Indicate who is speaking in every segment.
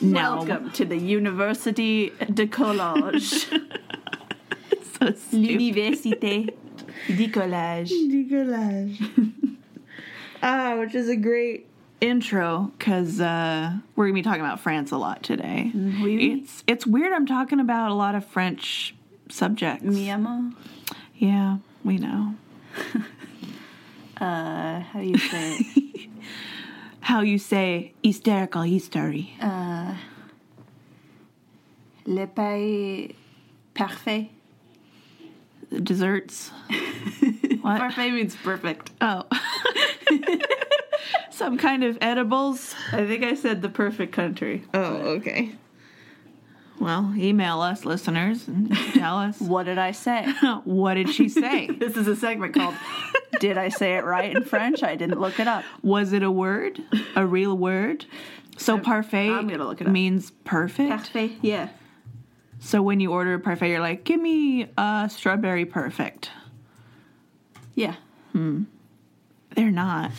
Speaker 1: No.
Speaker 2: Welcome to the University de Collage.
Speaker 1: So stupid.
Speaker 2: L'Université du Collage.
Speaker 1: Decollage. ah, which is a great intro because uh, we're gonna be talking about France a lot today.
Speaker 2: oui.
Speaker 1: It's it's weird. I'm talking about a lot of French subjects.
Speaker 2: Mi amor.
Speaker 1: Yeah, we know
Speaker 2: Uh, how do you say it?
Speaker 1: how you say hysterical history.
Speaker 2: Uh, Le pays parfait.
Speaker 1: Desserts. what?
Speaker 2: Parfait means perfect.
Speaker 1: Oh. Some kind of edibles.
Speaker 2: I think I said the perfect country.
Speaker 1: Oh, okay. Well, email us, listeners, and tell us
Speaker 2: What did I say?
Speaker 1: what did she say?
Speaker 2: This is a segment called Did I Say It Right in French? I didn't look it up.
Speaker 1: Was it a word? A real word? So parfait
Speaker 2: I'm gonna look it up.
Speaker 1: means perfect.
Speaker 2: Parfait. Yeah.
Speaker 1: So when you order a parfait, you're like, give me a strawberry perfect.
Speaker 2: Yeah.
Speaker 1: They're not.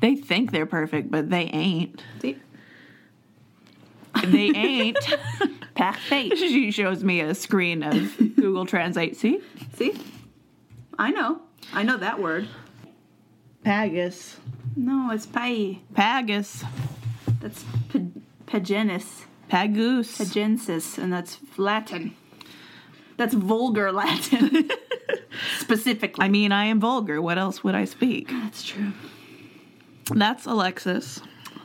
Speaker 1: They think they're perfect, but they ain't.
Speaker 2: See?
Speaker 1: They ain't.
Speaker 2: Parfait.
Speaker 1: she shows me a screen of Google Translate. See?
Speaker 2: See? I know. I know that word.
Speaker 1: Pagus.
Speaker 2: No, it's pays.
Speaker 1: Pagus.
Speaker 2: That's pa- pagenis,
Speaker 1: Pagus.
Speaker 2: pagensis, and that's Latin. That's vulgar Latin, specifically.
Speaker 1: I mean, I am vulgar. What else would I speak?
Speaker 2: that's true.
Speaker 1: That's Alexis.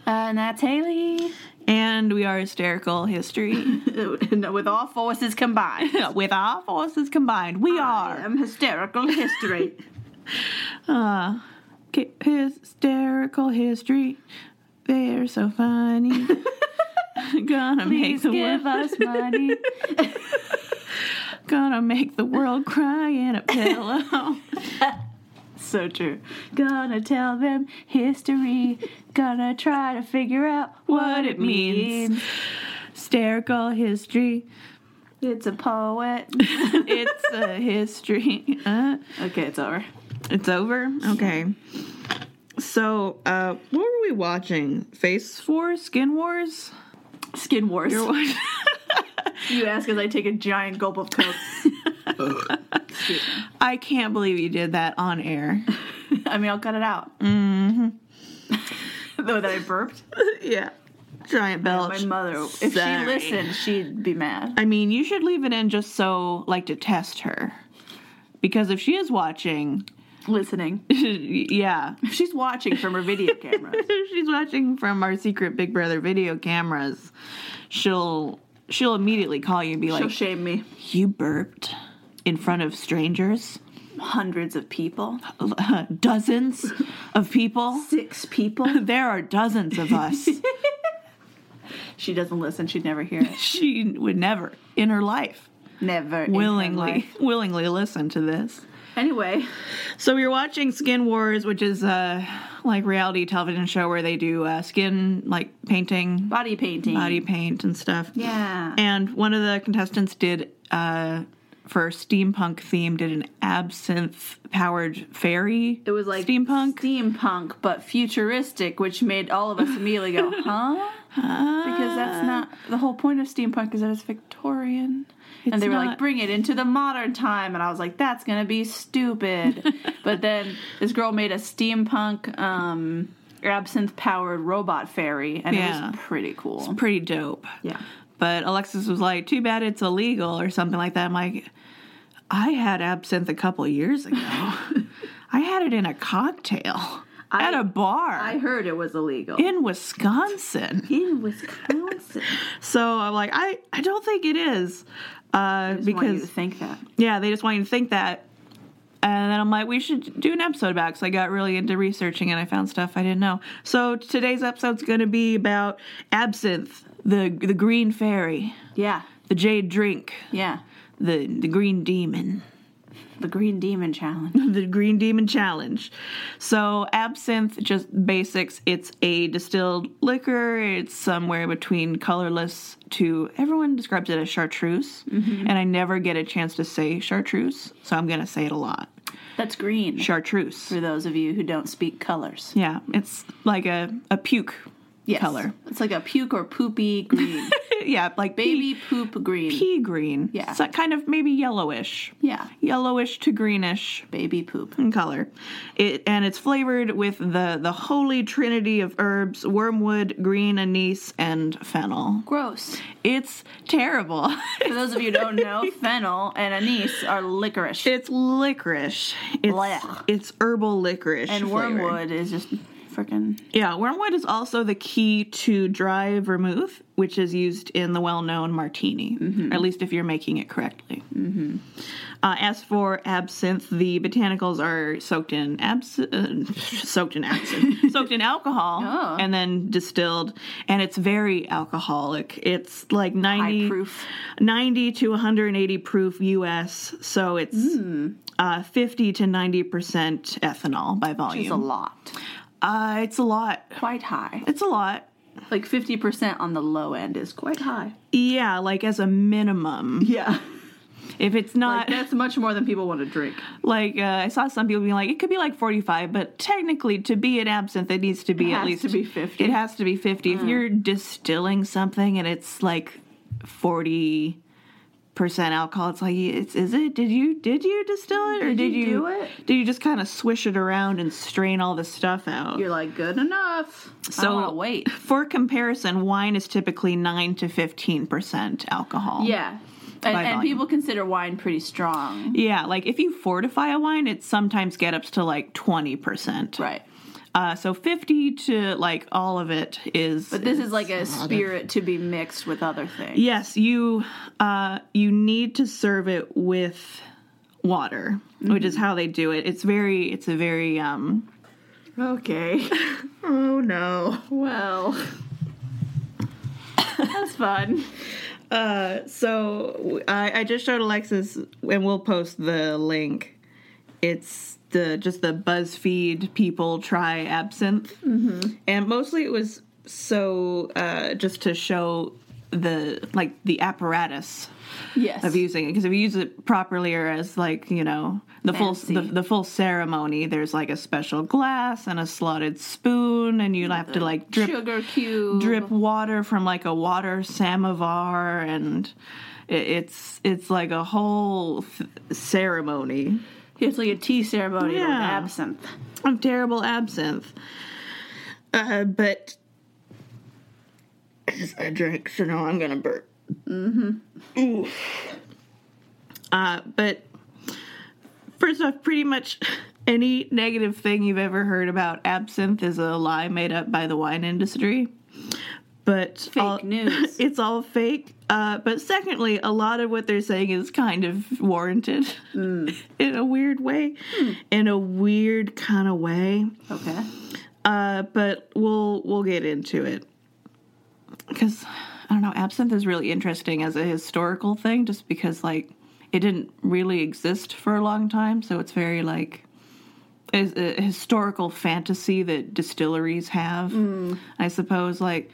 Speaker 2: Uh, Natalie,
Speaker 1: And we are hysterical history.
Speaker 2: with all forces combined,
Speaker 1: With our forces combined, we
Speaker 2: I
Speaker 1: are
Speaker 2: am hysterical history.
Speaker 1: uh, ki- hysterical history. They're so funny. gonna make
Speaker 2: Please
Speaker 1: the world,
Speaker 2: give us money.
Speaker 1: gonna make the world cry in a pillow.
Speaker 2: So true. Gonna tell them history. Gonna try to figure out
Speaker 1: what it means. Hysterical history.
Speaker 2: It's a poet.
Speaker 1: It's a history. Uh,
Speaker 2: okay, it's over.
Speaker 1: It's over? Okay. So, uh, what were we watching? Face Force? Skin Wars?
Speaker 2: Skin Wars.
Speaker 1: You're watching-
Speaker 2: You ask as I take a giant gulp of Coke.
Speaker 1: I can't believe you did that on air.
Speaker 2: I mean, I'll cut it out. Mm-hmm. Though that I burped.
Speaker 1: yeah. Giant belch.
Speaker 2: My mother, if
Speaker 1: Sorry.
Speaker 2: she listened, she'd be mad.
Speaker 1: I mean, you should leave it in just so, like, to test her. Because if she is watching,
Speaker 2: Listening.
Speaker 1: yeah,
Speaker 2: She's watching from her video camera.
Speaker 1: if she's watching from our secret Big Brother video cameras, she'll she'll immediately call you and be
Speaker 2: She'll
Speaker 1: like,
Speaker 2: shame me.
Speaker 1: "You burped in front of strangers."
Speaker 2: Hundreds of people.
Speaker 1: dozens of people.
Speaker 2: Six people.
Speaker 1: There are dozens of us.
Speaker 2: She doesn't listen. She'd never hear it.
Speaker 1: she would never in her life
Speaker 2: Never. in her
Speaker 1: willingly
Speaker 2: life.
Speaker 1: willingly listen to this.
Speaker 2: Anyway,
Speaker 1: So we were watching Skin Wars, which is a like reality television show where they do uh, skin like painting,
Speaker 2: body painting.
Speaker 1: body paint and stuff.
Speaker 2: Yeah.
Speaker 1: And one of the contestants did uh for steampunk theme did an absinthe powered fairy.
Speaker 2: it was like
Speaker 1: steampunk.
Speaker 2: steampunk, but futuristic, which made all of us immediately go, "Huh?" because
Speaker 1: Ah.
Speaker 2: that's not the whole point of steampunk is that it's Victorian.
Speaker 1: It's
Speaker 2: and they were
Speaker 1: not.
Speaker 2: like, bring it into the modern time. And I was like, that's going to be stupid. but then this girl made a steampunk um, absinthe powered robot fairy, and
Speaker 1: Yeah.
Speaker 2: it was pretty cool.
Speaker 1: pretty dope.
Speaker 2: yeah.
Speaker 1: But Alexis was like, too bad it's illegal or something like that. I'm like, I had absinthe a couple years ago. I had it in a cocktail at a bar
Speaker 2: I heard it was illegal.
Speaker 1: in Wisconsin.
Speaker 2: in Wisconsin.
Speaker 1: So I'm like, I, I don't think it is. Uh,
Speaker 2: I just want you to
Speaker 1: because,
Speaker 2: think that.
Speaker 1: yeah, they just want you to think that. And then I'm like, we should do an episode about because I got really into researching and I found stuff I didn't know. So today's episode's going to be about absinthe, the the green fairy,
Speaker 2: Yeah.
Speaker 1: the jade drink.
Speaker 2: Yeah.
Speaker 1: the the green demon
Speaker 2: The Green Demon Challenge.
Speaker 1: the green demon challenge so absinthe just basics it's a distilled liquor it's somewhere between colorless to everyone describes it as chartreuse
Speaker 2: Mm-hmm.
Speaker 1: and i never get a chance to say chartreuse so i'm going to say it a lot
Speaker 2: That's green.
Speaker 1: chartreuse
Speaker 2: For those of you who don't speak colors.
Speaker 1: yeah it's like a, a puke
Speaker 2: Yes.
Speaker 1: color.
Speaker 2: It's like a puke or poopy green.
Speaker 1: yeah, like pea-
Speaker 2: Baby poop green.
Speaker 1: pea green.
Speaker 2: Yeah.
Speaker 1: so kind of maybe yellowish,
Speaker 2: Yeah.
Speaker 1: yellowish to greenish
Speaker 2: Baby poop.
Speaker 1: in color. It and it's flavored with the the holy trinity of herbs: wormwood, green anise, and fennel.
Speaker 2: Gross.
Speaker 1: It's terrible.
Speaker 2: For those of you who don't know, fennel and anise are licorice.
Speaker 1: it's licorice. It's
Speaker 2: Blech.
Speaker 1: it's herbal licorice
Speaker 2: and
Speaker 1: flavored.
Speaker 2: wormwood is just freaking.
Speaker 1: Yeah, wormwood is also the key to dry vermouth, which is used in the well known martini,
Speaker 2: Mm-hmm.
Speaker 1: at least if you're making it correctly. Mm-hmm. Uh, as for absinthe, the botanicals are soaked in absinthe, soaked in absinthe, soaked in alcohol,
Speaker 2: Oh.
Speaker 1: and then distilled. And it's very alcoholic. It's like 90,
Speaker 2: High proof.
Speaker 1: 90 to 180 proof US, so it's
Speaker 2: Mm.
Speaker 1: uh, 50 to 90% ethanol by
Speaker 2: It's a
Speaker 1: volume.
Speaker 2: lot.
Speaker 1: uh, it's a lot.
Speaker 2: Quite high.
Speaker 1: It's a lot.
Speaker 2: Like 50% on the low end is quite high.
Speaker 1: Yeah, like as a minimum.
Speaker 2: Yeah.
Speaker 1: If it's not
Speaker 2: That's much more than people want to drink.
Speaker 1: like, uh, I saw some people being like, it could be like 45, but technically to be an absinthe, it needs to be
Speaker 2: It
Speaker 1: at
Speaker 2: has
Speaker 1: least
Speaker 2: to be Mm. 50.
Speaker 1: It has to be 50. If you're distilling something and it's like 40 percent alcohol, it's like, it's is it? Did you did you distill it or
Speaker 2: Did
Speaker 1: did,
Speaker 2: you
Speaker 1: you
Speaker 2: do it?
Speaker 1: Did you just kind of swish it around and strain all the stuff out?
Speaker 2: You're like, good enough. So, I
Speaker 1: So-
Speaker 2: don't want to wait.
Speaker 1: For comparison, wine is typically nine to fifteen percent alcohol.
Speaker 2: Yeah. And,
Speaker 1: By
Speaker 2: and
Speaker 1: volume.
Speaker 2: people consider wine pretty strong.
Speaker 1: Yeah, like if you fortify a wine, it sometimes get up to like 20%.
Speaker 2: Right.
Speaker 1: Uh, so 50 to like all of it is
Speaker 2: But this is like a spirit to be mixed with other things.
Speaker 1: Yes, you uh you need to serve it with water, which is how they do it. It's very it's a very um
Speaker 2: Okay.
Speaker 1: Oh no.
Speaker 2: Well, that's fun.
Speaker 1: Uh, so w- I, I just showed Alexis, and we'll post the link. It's the just the BuzzFeed people try absinthe, and mostly it was so uh, just to show the like the apparatus
Speaker 2: Yes.
Speaker 1: of using it because if you use it properly or as like you know the
Speaker 2: Fancy.
Speaker 1: full the, the full ceremony there's like a special glass and a slotted spoon and you'd have to like drip
Speaker 2: Sugar cube.
Speaker 1: drip water from like a water samovar and i- it's it's like a whole th- ceremony
Speaker 2: It's like a tea ceremony with
Speaker 1: Yeah.
Speaker 2: absinthe.
Speaker 1: of terrible absinthe uh, but i drank so now i'm gonna burp mm-hmm. uh, but first off pretty much any negative thing you've ever heard about absinthe is a lie made up by the wine industry but
Speaker 2: Fake news.
Speaker 1: it's all fake uh, but secondly a lot of what they're saying is kind of warranted
Speaker 2: Mm.
Speaker 1: in a weird way
Speaker 2: Hmm.
Speaker 1: in a weird kind of way
Speaker 2: Okay.
Speaker 1: uh, but we'll we'll get into it because I don't know. Absinthe is really interesting as a historical thing, just because like it didn't really exist for a long time, so it's very like is a historical fantasy that distilleries have. I suppose like.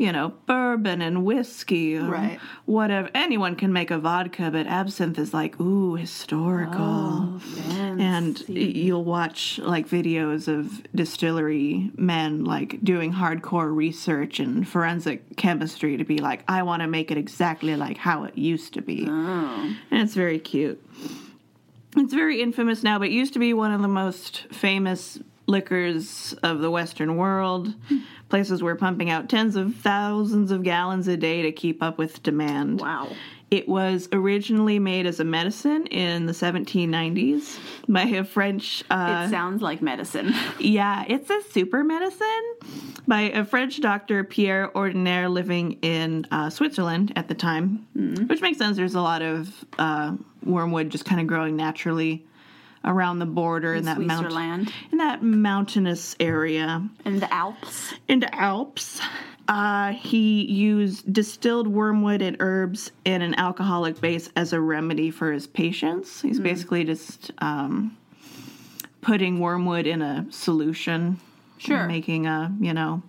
Speaker 1: You know, bourbon and whiskey, or
Speaker 2: Right.
Speaker 1: Whatever. Anyone can make a vodka, but absinthe is like, ooh, historical and y- you'll watch like videos of distillery men like doing hardcore research and forensic chemistry to be like i want to make it exactly like how it used to be
Speaker 2: Oh.
Speaker 1: and it's very cute it's very infamous now but it used to be one of the most famous liquors of the western world
Speaker 2: Hmm.
Speaker 1: places were pumping out tens of thousands of gallons a day to keep up with demand
Speaker 2: Wow.
Speaker 1: it was originally made as a medicine in the 1790s by a French. Uh,
Speaker 2: it sounds like medicine.
Speaker 1: yeah, it's a super medicine by a French doctor, Pierre Ordinaire, living in uh, Switzerland at the time, which makes sense. There's a lot of uh, wormwood just kind of growing naturally around the border in, that mountain
Speaker 2: Switzerland.
Speaker 1: in that mountainous area
Speaker 2: And the Alps.
Speaker 1: in the Alps. Uh, he used distilled wormwood and herbs in an alcoholic base as a remedy for his patients. He's basically just um, putting wormwood in a solution,
Speaker 2: Sure.
Speaker 1: making a you know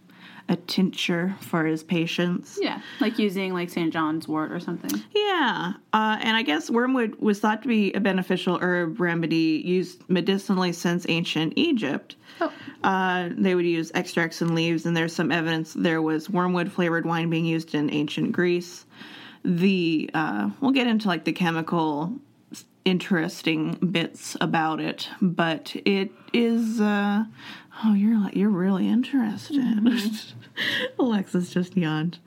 Speaker 1: a tincture for his patients.
Speaker 2: Yeah, like using like St. John's wort or something.
Speaker 1: Yeah, uh, and I guess wormwood was thought to be a beneficial herb remedy used medicinally since ancient Egypt.
Speaker 2: Oh.
Speaker 1: Uh, they would use extracts and leaves, and there's some evidence there was wormwood flavored wine being used in ancient Greece. The uh, we'll get into like the chemical s- interesting bits about it, but it is. Uh, oh, you're like you're really interested. Alexis just yawned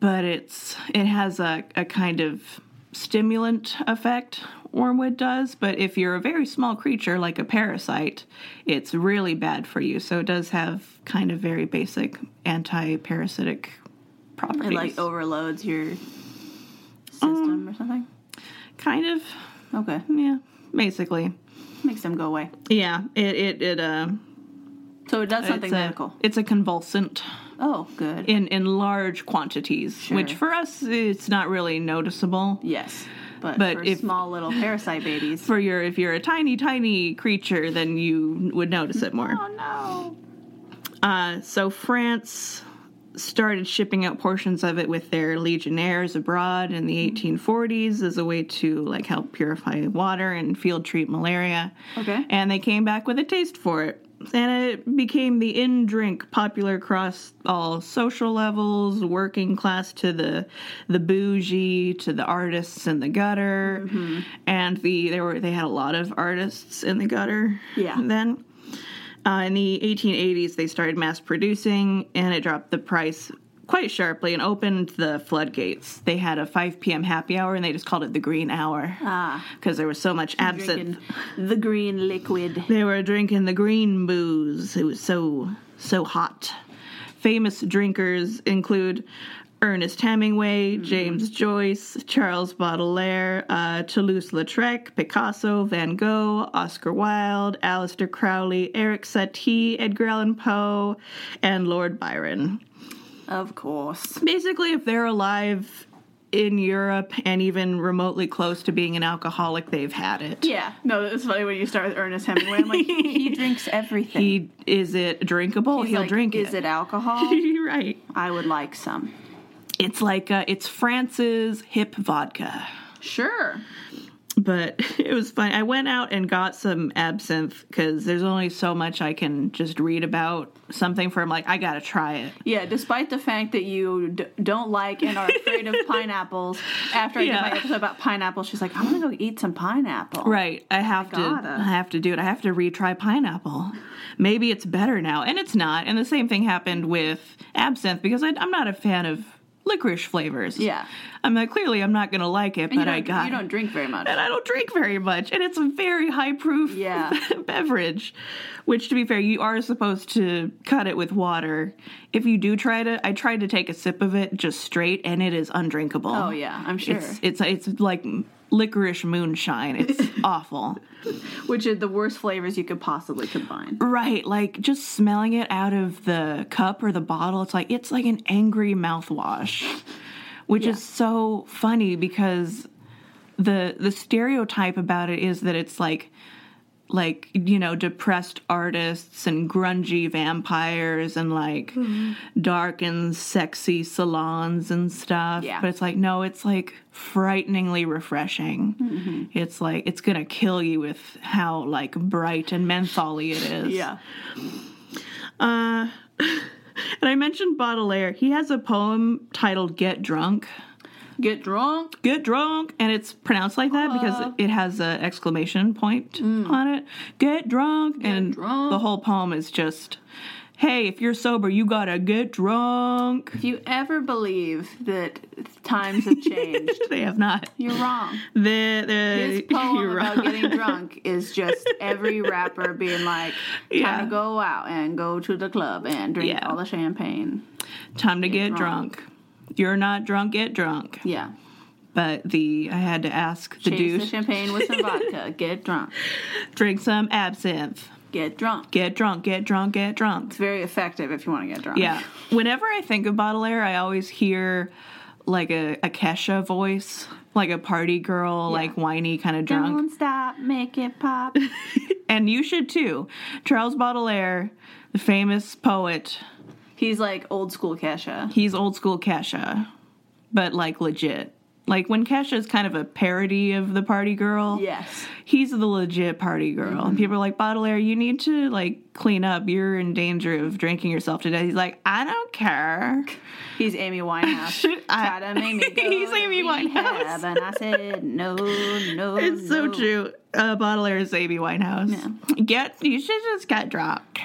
Speaker 1: but it's it has a, a kind of stimulant effect wormwood does but if you're a very small creature like a parasite it's really bad for you so it does have kind of very basic anti-parasitic
Speaker 2: It
Speaker 1: properties
Speaker 2: like oh. overloads your system or something.
Speaker 1: kind of
Speaker 2: Okay,
Speaker 1: yeah basically
Speaker 2: makes them go away.
Speaker 1: yeah it it, it uh
Speaker 2: So it does something
Speaker 1: it's a,
Speaker 2: medical.
Speaker 1: it's a convulsant
Speaker 2: Oh, good.
Speaker 1: in in large quantities which
Speaker 2: Sure.
Speaker 1: for us it's not really noticeable
Speaker 2: yes, but,
Speaker 1: But
Speaker 2: for
Speaker 1: if-
Speaker 2: small little parasite babies.
Speaker 1: for your if you're a tiny tiny creature then you would notice it more
Speaker 2: oh no.
Speaker 1: Uh, so France started shipping out portions of it with their legionnaires abroad in the 1840s as a way to like help purify water and field treat malaria.
Speaker 2: Okay.
Speaker 1: And they came back with a taste for it. And it became the in drink popular across all social levels, working class to the the bougie, to the artists in the gutter.
Speaker 2: Mm-hmm.
Speaker 1: And the there were they had a lot of artists in the gutter.
Speaker 2: Yeah.
Speaker 1: Then uh, in the 1880s, they started mass producing and it dropped the price quite sharply and opened the floodgates. They had a 5 p.m. happy hour and they just called it the green hour
Speaker 2: Ah,
Speaker 1: because there was so much absinthe.
Speaker 2: drinking the green liquid.
Speaker 1: They were drinking the green booze. It was so, so hot. Famous drinkers include Ernest Hemingway,
Speaker 2: Mm-hmm.
Speaker 1: James Joyce, Charles Baudelaire, uh, Toulouse Lautrec, Picasso, Van Gogh, Oscar Wilde, Aleister Crowley, Eric Satie, Edgar Allan Poe, and Lord Byron.
Speaker 2: Of course.
Speaker 1: Basically, if they're alive in Europe and even remotely close to being an alcoholic, they've had it.
Speaker 2: Yeah. No, it's funny when you start with Ernest Hemingway. I'm like, he drinks everything.
Speaker 1: He, is it drinkable?
Speaker 2: He's
Speaker 1: He'll
Speaker 2: like,
Speaker 1: drink
Speaker 2: Is it alcohol?
Speaker 1: right.
Speaker 2: I would like some.
Speaker 1: Oh. It's like uh, it's France's hip vodka.
Speaker 2: Sure.
Speaker 1: But it was fun. I went out and got some absinthe because there's only so much I can just read about something from. Like I gotta try it.
Speaker 2: Yeah, despite the fact that you d- don't like and are afraid of pineapples, after I
Speaker 1: Yeah.
Speaker 2: did my episode about pineapple, she's like, I'm gonna go eat some pineapple.
Speaker 1: Right. I have to.
Speaker 2: gotta.
Speaker 1: I have to do it. I have to retry pineapple. Maybe it's better now, and it's not. And the same thing happened with absinthe because I, I'm not a fan of licorice flavors.
Speaker 2: Yeah.
Speaker 1: I'm like clearly I'm not gonna like it,
Speaker 2: And you
Speaker 1: but I
Speaker 2: don't-
Speaker 1: got.
Speaker 2: You
Speaker 1: it.
Speaker 2: don't drink very much.
Speaker 1: and I don't drink very much, and it's a very high proof
Speaker 2: Yeah.
Speaker 1: beverage. Which, to be fair, you are supposed to cut it with water. If you do try to, I tried to take a sip of it just straight, and it is undrinkable.
Speaker 2: Oh, yeah, I'm sure.
Speaker 1: it's it's it's like licorice moonshine. It's awful,
Speaker 2: Which are the worst flavors you could possibly combine.
Speaker 1: right? Like just smelling it out of the cup or the bottle, it's like it's like an angry mouthwash, which is so funny because the the stereotype about it is that it's like like you know depressed artists and grungy vampires and like dark and sexy salons and stuff
Speaker 2: Yeah.
Speaker 1: but it's like no it's like frighteningly refreshing
Speaker 2: Mm-hmm.
Speaker 1: it's like it's gonna kill you with how like bright and mentholy it is
Speaker 2: Yeah.
Speaker 1: uh, and i mentioned baudelaire he has a poem titled get drunk
Speaker 2: Get drunk.
Speaker 1: get drunk and it's pronounced like that because it has an exclamation point on it get drunk and
Speaker 2: Mm. drunk.
Speaker 1: the whole poem is just hey if you're sober you gotta get drunk
Speaker 2: If you ever believe that times have changed,
Speaker 1: they have not
Speaker 2: you're wrong.
Speaker 1: the, the
Speaker 2: This poem
Speaker 1: you're
Speaker 2: about
Speaker 1: wrong.
Speaker 2: getting drunk is just every rapper being like, time
Speaker 1: Yeah.
Speaker 2: to go out and go to the club and drink
Speaker 1: Yeah.
Speaker 2: all the champagne.
Speaker 1: time to get,
Speaker 2: drunk.
Speaker 1: drunk. you're not drunk get drunk
Speaker 2: Yeah.
Speaker 1: but the i had to ask the
Speaker 2: Chase the
Speaker 1: dude
Speaker 2: champagne with some vodka. Get drunk.
Speaker 1: drink some absinthe
Speaker 2: Get drunk.
Speaker 1: get drunk get drunk get drunk
Speaker 2: It's very effective if you want to get drunk.
Speaker 1: yeah whenever i think of baudelaire i always hear like a, a kesha voice like a party girl like whiny kind of drunk
Speaker 2: Don't stop, make it pop.
Speaker 1: and you should too. Charles Baudelaire, the famous poet,
Speaker 2: He's like old school Kesha.
Speaker 1: He's old school Kesha, but like legit. Like when Kesha is kind of a parody of the party girl.
Speaker 2: Yes.
Speaker 1: He's the legit party girl.
Speaker 2: Mm-hmm.
Speaker 1: And people are like, Bottle Air, you need to like clean up. You're in danger of drinking yourself to death. He's like, I don't care.
Speaker 2: He's Amy Winehouse.
Speaker 1: Should I-
Speaker 2: Try to make me go
Speaker 1: He's
Speaker 2: to
Speaker 1: Amy
Speaker 2: rehab,
Speaker 1: Winehouse.
Speaker 2: And I said, no, no.
Speaker 1: It's so
Speaker 2: no."
Speaker 1: true. Uh, Bottle Air is Amy Winehouse. Get you should just get dropped.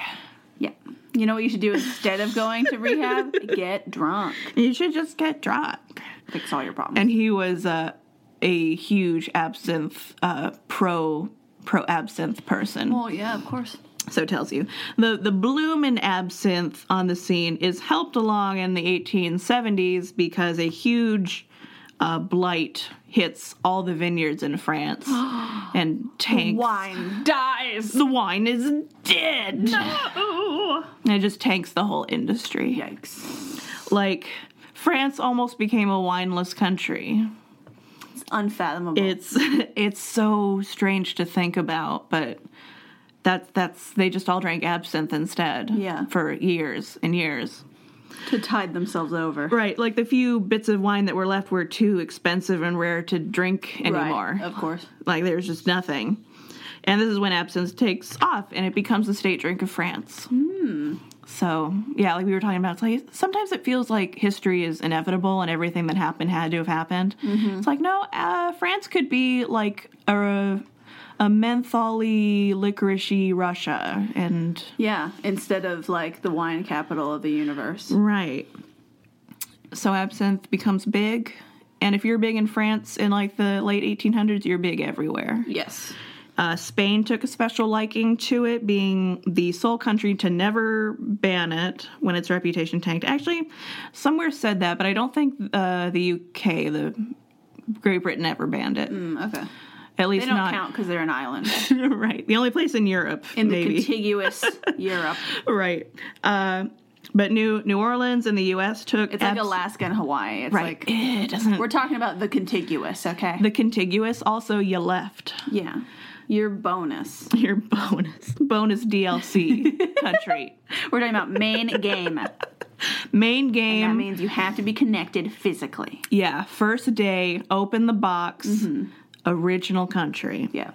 Speaker 2: Yeah. You know what you should do instead of going to rehab? Get drunk.
Speaker 1: You should just get dropped.
Speaker 2: Fix all your problems.
Speaker 1: And he was uh, a huge absinthe uh, pro pro absinthe person.
Speaker 2: well, yeah, of course.
Speaker 1: so it tells you the the bloom in absinthe on the scene is helped along in the 1870s because a huge uh, blight hits all the vineyards in France and tanks
Speaker 2: Wine dies.
Speaker 1: the wine is dead
Speaker 2: Ooh.
Speaker 1: and it just tanks the whole industry
Speaker 2: Yikes.
Speaker 1: like France almost became a wineless country
Speaker 2: It's unfathomable.
Speaker 1: it's it's so strange to think about, but that's that's they just all drank absinthe instead.
Speaker 2: Yeah.
Speaker 1: For years and years.
Speaker 2: to tide themselves over.
Speaker 1: Right. Like the few bits of wine that were left were too expensive and rare to drink anymore.
Speaker 2: Right, of course.
Speaker 1: Like there's just nothing. And this is when absinthe takes off and it becomes the state drink of France. So yeah, like we were talking about, it's like sometimes it feels like history is inevitable and everything that happened had to have happened. It's like no, uh, France could be like a a mentholy, licoricey Russia, and
Speaker 2: Yeah, instead of like the wine capital of the universe.
Speaker 1: right. So absinthe becomes big, and if you're big in France in like the late 1800s, you're big everywhere.
Speaker 2: Yes.
Speaker 1: Uh, Spain took a special liking to it, being the sole country to never ban it when its reputation tanked. Actually, somewhere said that, but I don't think uh, the UK, the Great Britain, ever banned it.
Speaker 2: Mm, okay.
Speaker 1: At least
Speaker 2: They don't
Speaker 1: not
Speaker 2: count because they're an island
Speaker 1: right. The only place in Europe,
Speaker 2: in the
Speaker 1: maybe.
Speaker 2: contiguous Europe.
Speaker 1: right. Uh, but New New Orleans and the U.S. took
Speaker 2: It's like
Speaker 1: abs-
Speaker 2: Alaska and Hawaii. It's
Speaker 1: Right.
Speaker 2: like
Speaker 1: Eh, it doesn't.
Speaker 2: we're talking about the contiguous, okay?
Speaker 1: the contiguous. Also, you left.
Speaker 2: yeah. Your bonus.
Speaker 1: Your bonus bonus DLC country.
Speaker 2: We're talking about main game.
Speaker 1: Main game.
Speaker 2: That means you have to be connected physically.
Speaker 1: Yeah, first day, open the box, original country.
Speaker 2: Yeah.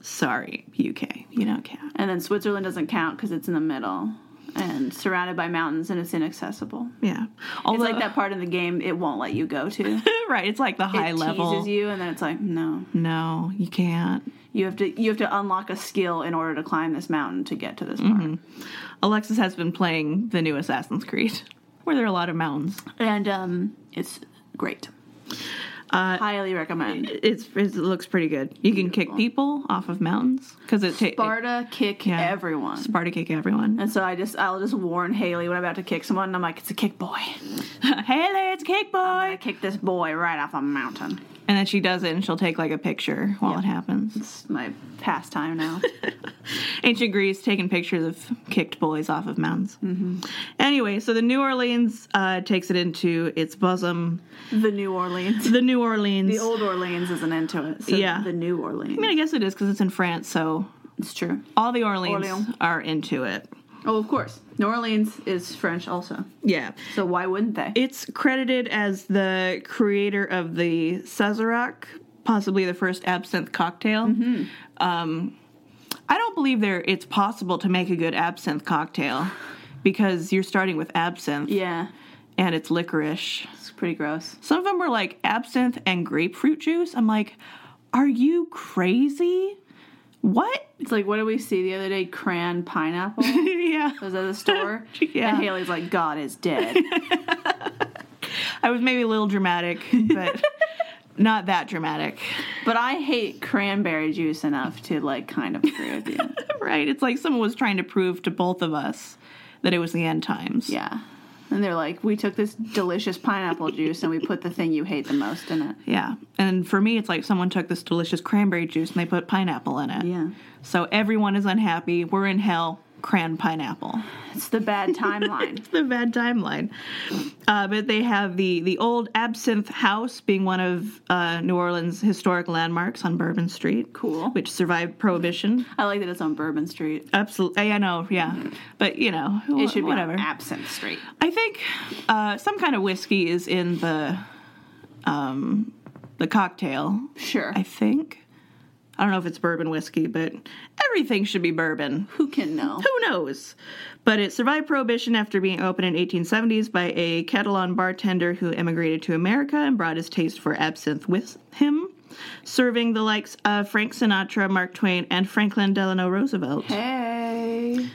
Speaker 1: Sorry, UK, you don't count.
Speaker 2: And then Switzerland doesn't count because it's in the middle and surrounded by mountains and it's inaccessible.
Speaker 1: Yeah, although
Speaker 2: it's like that part of the game it won't let you go to.
Speaker 1: right, it's like the high
Speaker 2: it
Speaker 1: level.
Speaker 2: teases you and then it's like, no.
Speaker 1: No, you can't.
Speaker 2: You have to you have to unlock a skill in order to climb this mountain to get to this part.
Speaker 1: Mm-hmm. Alexis has been playing the new Assassin's Creed, where there are a lot of mountains.
Speaker 2: And um it's great. Highly recommend.
Speaker 1: It's, it's Uh, it looks pretty good. You can kick people off of mountains because it takes
Speaker 2: Sparta kick
Speaker 1: Yeah.
Speaker 2: everyone.
Speaker 1: Sparta kick everyone.
Speaker 2: And so I just I'll just warn Haley when I'm about to kick someone and I'm like, it's a kick boy.
Speaker 1: hey, there, it's Cake
Speaker 2: I
Speaker 1: Boy,
Speaker 2: kick this boy right off a mountain.
Speaker 1: and then she does it, and she'll take like a picture while it happens.
Speaker 2: It's my pastime now.
Speaker 1: ancient Greece taking pictures of kicked boys off of mountains.
Speaker 2: Mm-hmm.
Speaker 1: Anyway, so the New Orleans uh, takes it into its bosom.
Speaker 2: the New Orleans.
Speaker 1: The New Orleans.
Speaker 2: The old Orleans isn't into it. So
Speaker 1: Yeah.
Speaker 2: The New Orleans.
Speaker 1: I mean, I guess it is because it's in France, so
Speaker 2: It's true.
Speaker 1: all the Orleans
Speaker 2: Orleans.
Speaker 1: are into it.
Speaker 2: Oh, of course. New Orleans is French also.
Speaker 1: Yeah.
Speaker 2: So why wouldn't they?
Speaker 1: It's credited as the creator of the Sazerac, possibly the first absinthe cocktail.
Speaker 2: Mm-hmm.
Speaker 1: Um, I don't believe there it's possible to make a good absinthe cocktail because you're starting with absinthe
Speaker 2: yeah.
Speaker 1: and it's licorice.
Speaker 2: It's pretty gross.
Speaker 1: Some of them were like absinthe and grapefruit juice. I'm like, are you crazy? What?
Speaker 2: It's like, what did we see the other day? Cran pineapple
Speaker 1: yeah.
Speaker 2: was at the store.
Speaker 1: Yeah.
Speaker 2: And Haley's like, God is dead.
Speaker 1: I was maybe a little dramatic, but not that dramatic.
Speaker 2: but I hate cranberry juice enough to like kind of agree with you.
Speaker 1: Right? It's like someone was trying to prove to both of us that it was the end times.
Speaker 2: Yeah. And they're like, we took this delicious pineapple juice and we put the thing you hate the most in it.
Speaker 1: Yeah. And for me, it's like someone took this delicious cranberry juice and they put pineapple in it.
Speaker 2: Yeah.
Speaker 1: So everyone is unhappy. We're in hell. cran pineapple.
Speaker 2: It's the bad timeline.
Speaker 1: It's the bad timeline. Uh, but they have the the old Absinthe House being one of uh, New Orleans' historic landmarks on Bourbon Street.
Speaker 2: Cool.
Speaker 1: Which survived Prohibition.
Speaker 2: I like that it's on Bourbon Street.
Speaker 1: Absolutely, I know, yeah. But you know, wh-
Speaker 2: It should be
Speaker 1: whatever.
Speaker 2: on Absinthe Street.
Speaker 1: I think uh, some kind of whiskey is in the um, the cocktail.
Speaker 2: Sure.
Speaker 1: I think. I don't know if it's bourbon whiskey, but everything should be bourbon.
Speaker 2: Who can know?
Speaker 1: Who knows? But it survived prohibition after being opened in 1870s by a Catalan bartender who emigrated to America and brought his taste for absinthe with him, serving the likes of Frank Sinatra, Mark Twain, and Franklin Delano Roosevelt.
Speaker 2: Hey.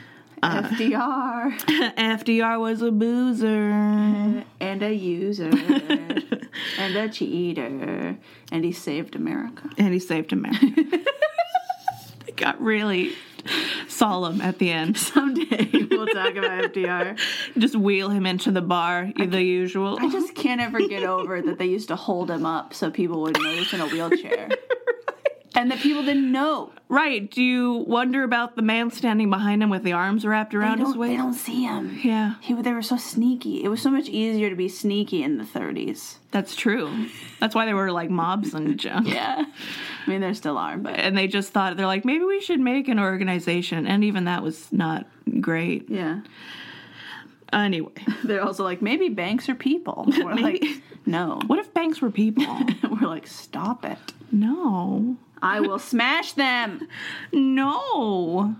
Speaker 1: Uh.
Speaker 2: FDR
Speaker 1: FDR was a boozer.
Speaker 2: and a user and a cheater, and he saved America.
Speaker 1: And he saved America. it got really solemn at the end.
Speaker 2: Someday we'll talk about FDR.
Speaker 1: Just wheel him into the bar, the usual.
Speaker 2: I just can't ever get over that they used to hold him up so people would notice in a wheelchair. And that people didn't know.
Speaker 1: Right. Do you wonder about the man standing behind him with the arms wrapped
Speaker 2: They
Speaker 1: around his
Speaker 2: don't, they
Speaker 1: waist?
Speaker 2: don't see him.
Speaker 1: Yeah,
Speaker 2: He, they were so sneaky. It was so much easier to be sneaky in the 30s.
Speaker 1: that's true. That's why they were like mobs and junk.
Speaker 2: Yeah. I mean, there still are, but
Speaker 1: And they just thought they're like, maybe we should make an organization, and even that was not great.
Speaker 2: yeah.
Speaker 1: Anyway,
Speaker 2: They're also like, maybe banks are people. We're like,
Speaker 1: Maybe.
Speaker 2: no.
Speaker 1: what if banks were people?
Speaker 2: We're like, stop it.
Speaker 1: no,
Speaker 2: I will smash them.
Speaker 1: no.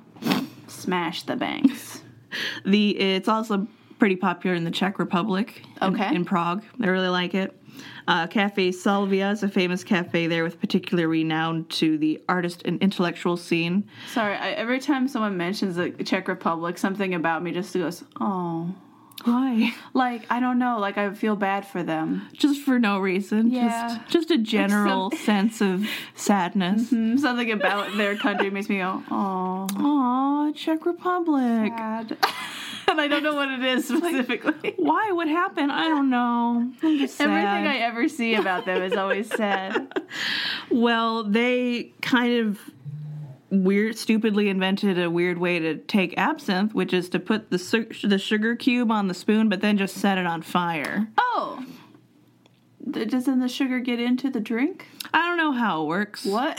Speaker 2: Smash the banks.
Speaker 1: The it's also pretty popular in the Czech Republic. in-
Speaker 2: Okay.
Speaker 1: In, Prague, they really like it. Uh, cafe Salvia is a famous cafe there with particular renown to the artist and intellectual scene.
Speaker 2: Sorry, I, every time someone mentions the Czech Republic, something about me just goes, oh.
Speaker 1: Why?
Speaker 2: Like, I don't know. Like, I feel bad for them.
Speaker 1: Just for no reason.
Speaker 2: Yeah.
Speaker 1: Just just a general
Speaker 2: some-
Speaker 1: sense of sadness.
Speaker 2: Mm, Something about their country makes me go, oh.
Speaker 1: Aw, Czech Republic.
Speaker 2: Bad. and I don't know what it is specifically.
Speaker 1: Why? What happened? I don't know. I'm just sad.
Speaker 2: Everything I ever see about them is always sad.
Speaker 1: Well, they kind of weird, stupidly invented a weird way to take absinthe, which is to put the su- the sugar cube on the spoon, but then just set it on fire.
Speaker 2: Oh. Th- Doesn't the sugar get into the drink?
Speaker 1: I don't know how it works.
Speaker 2: What?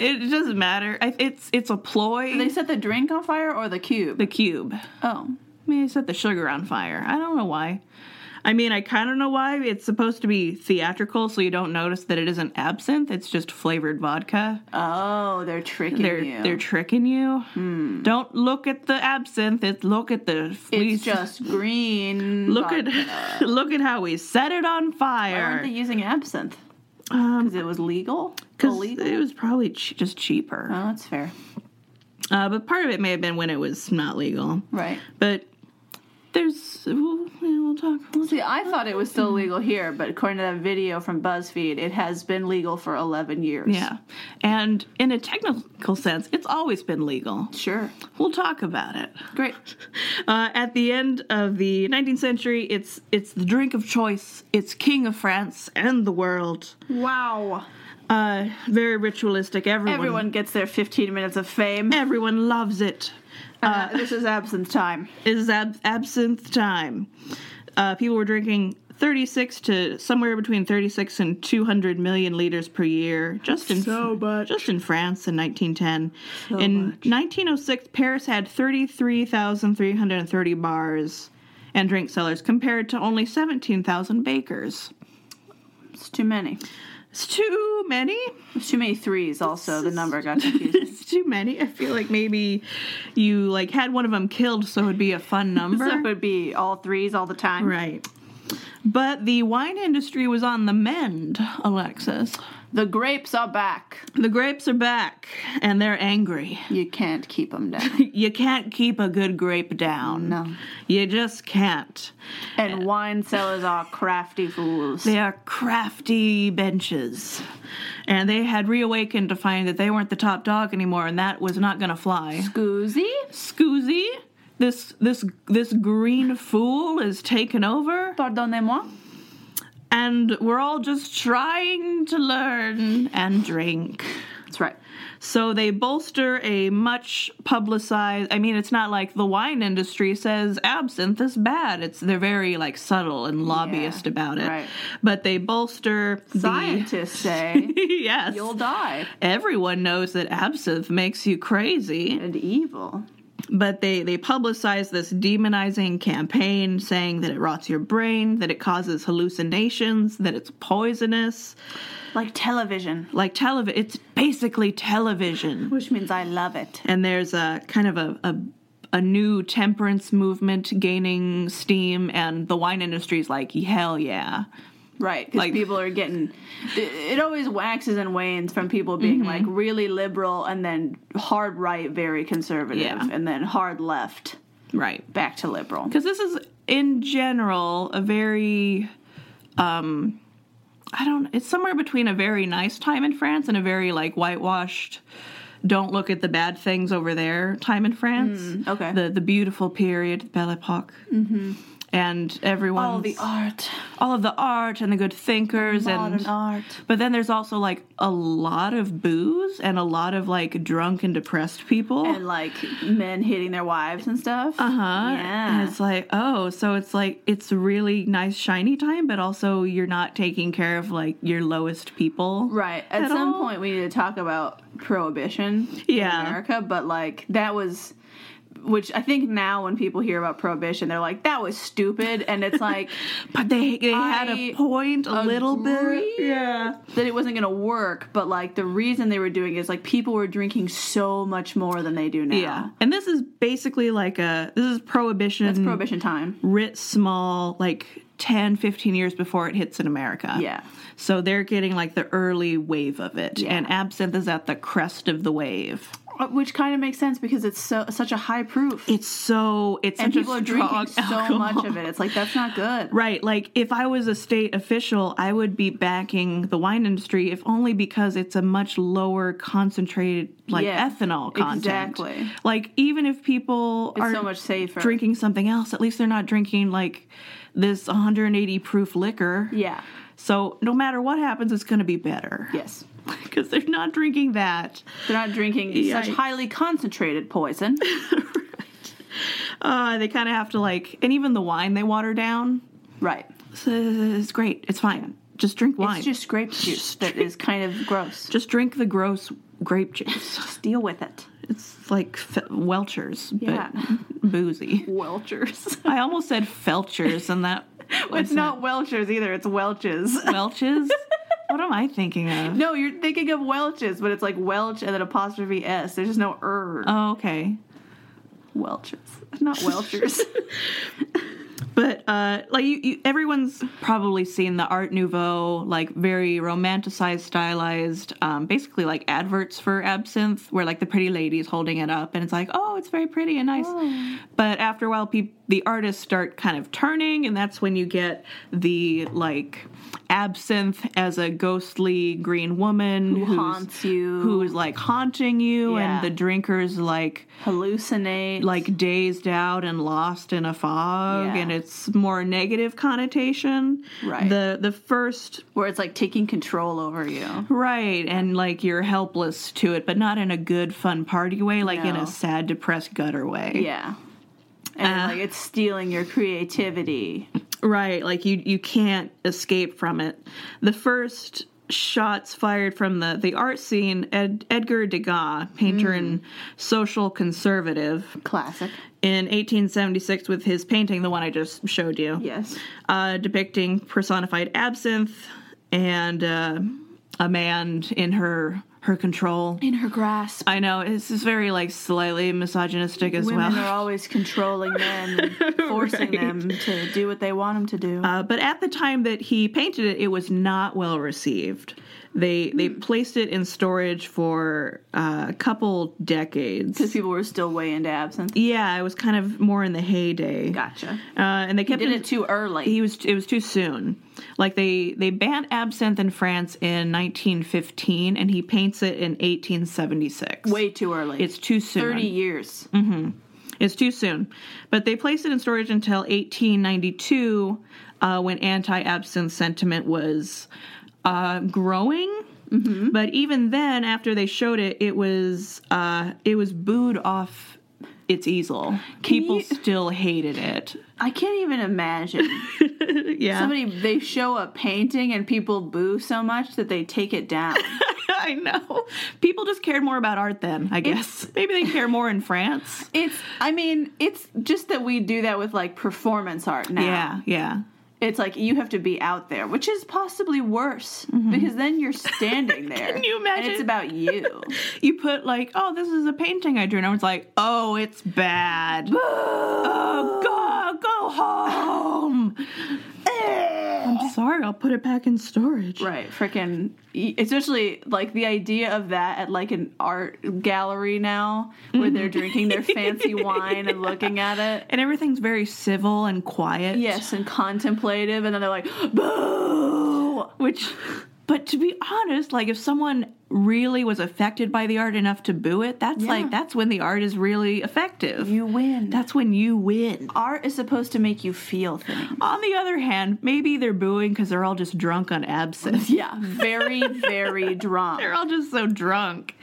Speaker 1: It doesn't matter. I, it's it's a ploy.
Speaker 2: they set the drink on fire or the cube?
Speaker 1: the cube.
Speaker 2: oh.
Speaker 1: I mean, they set the sugar on fire. I don't know why. I mean, I kind of know why. It's supposed to be theatrical, so you don't notice that it isn't absinthe. It's just flavored vodka.
Speaker 2: Oh, they're tricking
Speaker 1: They're
Speaker 2: you. Hmm.
Speaker 1: they're tricking you. Don't look at the absinthe. It's look at the
Speaker 2: it's
Speaker 1: we-
Speaker 2: just green.
Speaker 1: look
Speaker 2: vodka.
Speaker 1: at look at how we set it on
Speaker 2: Why weren't
Speaker 1: fire
Speaker 2: they using absinthe?
Speaker 1: Um,
Speaker 2: Because it was legal?
Speaker 1: because
Speaker 2: Illegal?
Speaker 1: it was probably ch- just cheaper.
Speaker 2: oh, that's fair.
Speaker 1: Uh, but part of it may have been when it was not legal.
Speaker 2: Right.
Speaker 1: But there's we'll, we'll talk. We'll
Speaker 2: See, I thought it was still legal here, but according to that video from BuzzFeed, it has been legal for 11 years.
Speaker 1: Yeah. And in a technical sense, it's always been legal.
Speaker 2: Sure.
Speaker 1: We'll talk about it.
Speaker 2: Great.
Speaker 1: Uh, at the end of the 19th century, it's it's the drink of choice. It's king of France and the world.
Speaker 2: Wow.
Speaker 1: Uh, very ritualistic. Everyone,
Speaker 2: Everyone gets their 15 minutes of fame.
Speaker 1: everyone loves it.
Speaker 2: Uh, this is absinthe time.
Speaker 1: It is ab- absinthe time. Uh, people were drinking 36 to somewhere between 36 and 200 million liters per year just in
Speaker 2: So much.
Speaker 1: just in France in 1910. in 1906 Paris had 33,330 bars and drink cellars compared to only 17,000 bakers.
Speaker 2: It's too many.
Speaker 1: It's too many.
Speaker 2: It's too many threes, also. The number got confusing.
Speaker 1: It's too many. I feel like maybe you like had one of them killed so it'd be a fun number.
Speaker 2: so it would be all threes all the time.
Speaker 1: Right. But the wine industry was on the mend, Alexis.
Speaker 2: The grapes are back.
Speaker 1: The grapes are back and they're angry.
Speaker 2: You can't keep them down.
Speaker 1: You can't keep a good grape down.
Speaker 2: No.
Speaker 1: You just can't.
Speaker 2: And wine cellars are crafty fools.
Speaker 1: They are crafty benches. And they had reawakened to find that they weren't the top dog anymore and that was not going to fly.
Speaker 2: Scoozy?
Speaker 1: Scoozy, this this this green fool is taken over
Speaker 2: Pardonnez-moi.
Speaker 1: and we're all just trying to learn and drink.
Speaker 2: That's right.
Speaker 1: So they bolster a much publicized. I mean, it's not like the wine industry says absinthe is bad. It's they're very like subtle and lobbyist about it.
Speaker 2: right.
Speaker 1: But they bolster the-
Speaker 2: Scientists say
Speaker 1: yes.
Speaker 2: you'll die
Speaker 1: Everyone knows that absinthe makes you crazy
Speaker 2: and evil.
Speaker 1: but they they publicized this demonizing campaign saying that it rots your brain that it causes hallucinations that it's poisonous
Speaker 2: Like television,
Speaker 1: like television it's basically television
Speaker 2: which means I love it.
Speaker 1: and there's a kind of a, a a new temperance movement gaining steam and the wine industry's like hell yeah
Speaker 2: Right, because
Speaker 1: Like-
Speaker 2: people are getting. It, it always waxes and wanes from people being
Speaker 1: Mm-hmm.
Speaker 2: like really liberal and then hard right, very conservative,
Speaker 1: Yeah.
Speaker 2: and then hard left,
Speaker 1: right
Speaker 2: back to liberal.
Speaker 1: because this is in general a very um i don't it's somewhere between a very nice time in france and a very like whitewashed don't look at the bad things over there time in france
Speaker 2: Mm, okay.
Speaker 1: the the beautiful period belle epoque mm-hmm. and everyone
Speaker 2: All the art,
Speaker 1: all of the art and the good thinkers
Speaker 2: modern
Speaker 1: and
Speaker 2: art.
Speaker 1: but then there's also like a lot of booze and a lot of like drunk and depressed people
Speaker 2: and like men hitting their wives and stuff. Uh
Speaker 1: huh?
Speaker 2: Yeah.
Speaker 1: Uh-huh. And it's like, oh, so it's like it's really nice shiny time, but also you're not taking care of like your lowest people.
Speaker 2: right. At,
Speaker 1: At
Speaker 2: some
Speaker 1: all?
Speaker 2: point, we need to talk about prohibition
Speaker 1: Yeah.
Speaker 2: in America, but like that was. Which I think now, when people hear about prohibition, they're like, "That was stupid," and it's like
Speaker 1: But they they had
Speaker 2: I
Speaker 1: a point a little bit.
Speaker 2: agree.
Speaker 1: Yeah.
Speaker 2: that it wasn't going to work. But like the reason they were doing it is like people were drinking so much more than they do now.
Speaker 1: Yeah. And this is basically like a this is prohibition
Speaker 2: it's prohibition time.
Speaker 1: writ small like 10 15 years before it hits in America.
Speaker 2: Yeah.
Speaker 1: So they're getting like the early wave of it
Speaker 2: Yeah.
Speaker 1: and absinthe is at the crest of the wave.
Speaker 2: Uh, Which kind of makes sense because it's so such a high proof,
Speaker 1: It's so it's
Speaker 2: and
Speaker 1: such a
Speaker 2: people are
Speaker 1: strong
Speaker 2: drinking so
Speaker 1: alcohol.
Speaker 2: much of it. It's like that's not good.
Speaker 1: Right. Like, if I was a state official, I would be backing the wine industry, if only because it's a much lower concentrated, like,
Speaker 2: Yeah,
Speaker 1: ethanol content.
Speaker 2: exactly.
Speaker 1: Like, even if people
Speaker 2: It's
Speaker 1: are
Speaker 2: so much safer.
Speaker 1: drinking something else, at least they're not drinking, like, this 180 proof liquor.
Speaker 2: Yeah.
Speaker 1: So, no matter what happens, it's going to be better.
Speaker 2: Yes.
Speaker 1: Because they're not drinking that.
Speaker 2: They're not drinking
Speaker 1: Yikes.
Speaker 2: such highly concentrated poison.
Speaker 1: Uh, they kind of have to, like, and even the wine they water down.
Speaker 2: right.
Speaker 1: So it's great. It's fine. Just drink wine.
Speaker 2: It's just grape juice that is kind of gross.
Speaker 1: just drink the gross grape juice.
Speaker 2: Just deal with it.
Speaker 1: It's like fe- Welchers,
Speaker 2: Yeah.
Speaker 1: but boozy.
Speaker 2: Welchers.
Speaker 1: I almost said Felchers, and that
Speaker 2: it's
Speaker 1: was
Speaker 2: not Welchers either, it's Welches.
Speaker 1: Welch's. what am I thinking of?
Speaker 2: No, you're thinking of Welches, but it's like Welch and then apostrophe S. There's just no er.
Speaker 1: Oh, okay.
Speaker 2: Welchers. Not Welchers.
Speaker 1: But uh, like you, you, everyone's probably seen the Art Nouveau, like very romanticized, stylized, um, basically like adverts for absinthe, where like the pretty lady's holding it up, and it's like, oh, it's very pretty and nice.
Speaker 2: Oh.
Speaker 1: But after a while, peop the artists start kind of turning, and that's when you get the like absinthe as a ghostly green woman who
Speaker 2: haunts you.
Speaker 1: who's like haunting you,
Speaker 2: Yeah.
Speaker 1: and the drinkers like
Speaker 2: Hallucinate.
Speaker 1: like dazed out and lost in a fog
Speaker 2: Yeah.
Speaker 1: and it's more negative connotation
Speaker 2: Right.
Speaker 1: the the first
Speaker 2: where it's like taking control over you.
Speaker 1: right and like you're helpless to it but not in a good fun party way like in
Speaker 2: No.
Speaker 1: a sad depressed gutter way
Speaker 2: Yeah. And
Speaker 1: Uh.
Speaker 2: like it's stealing your creativity.
Speaker 1: Right, like you you can't escape from it. The first shots fired from the the art scene, Ed, Edgar Degas, painter and
Speaker 2: Mm.
Speaker 1: social conservative,
Speaker 2: Classic.
Speaker 1: in 1876 with his painting, the one I just showed you.
Speaker 2: Yes.
Speaker 1: uh, depicting personified absinthe and uh, a man in her her control.
Speaker 2: In her grasp.
Speaker 1: I know this is very like slightly misogynistic as
Speaker 2: Women
Speaker 1: well.
Speaker 2: are always controlling men, and forcing
Speaker 1: Right.
Speaker 2: them to do what they want them to do.
Speaker 1: Uh, but at the time that he painted it, it was not well received. They they
Speaker 2: Hmm.
Speaker 1: placed it in storage for uh, a couple
Speaker 2: Because
Speaker 1: decades.
Speaker 2: people were still way into absinthe.
Speaker 1: Yeah, it was kind of more in the heyday.
Speaker 2: Gotcha.
Speaker 1: Uh, and they kept
Speaker 2: Did
Speaker 1: it
Speaker 2: it too early.
Speaker 1: he was it was too soon like they they banned absinthe in france in 1915 and he paints it in 1876
Speaker 2: Way too early.
Speaker 1: it's too Mm. soon
Speaker 2: 30 years.
Speaker 1: it's too soon but they placed it in storage until 1892 uh, when anti-absinthe sentiment was uh, growing But even then, after they showed it, it was uh, it was booed off its easel. People
Speaker 2: you-
Speaker 1: still hated it.
Speaker 2: I can't even imagine.
Speaker 1: Yeah,
Speaker 2: Somebody they show a painting and people boo so much that they take it down.
Speaker 1: I know. People just cared more about art then. I guess maybe they care more in France.
Speaker 2: It's I mean, it's just that we do that with like performance art now.
Speaker 1: Yeah, yeah.
Speaker 2: It's like you have to be out there, which is possibly worse because then you're standing there.
Speaker 1: Mm-hmm. Can you
Speaker 2: And it's
Speaker 1: imagine?
Speaker 2: about you.
Speaker 1: You put like, oh, this is a painting I drew, and everyone's like, oh, it's bad. Oh, go, go home. I'm sorry. I'll put it back in storage.
Speaker 2: right, freaking especially like the idea of that at like an art gallery now where they're
Speaker 1: Mm-hmm.
Speaker 2: drinking their fancy wine and looking at it.
Speaker 1: And everything's very civil and quiet.
Speaker 2: Yes, and contemplative, and then they're like, boo!
Speaker 1: Which, but to be honest, like if someone really was affected by the art enough to boo it, that's
Speaker 2: Yeah.
Speaker 1: like that's when the art is really effective.
Speaker 2: You win.
Speaker 1: that's when you win.
Speaker 2: art is supposed to make you feel things.
Speaker 1: On the other hand, maybe they're booing because they're all just drunk on absinthe.
Speaker 2: Yeah, very, very
Speaker 1: They're
Speaker 2: drunk.
Speaker 1: all just so drunk.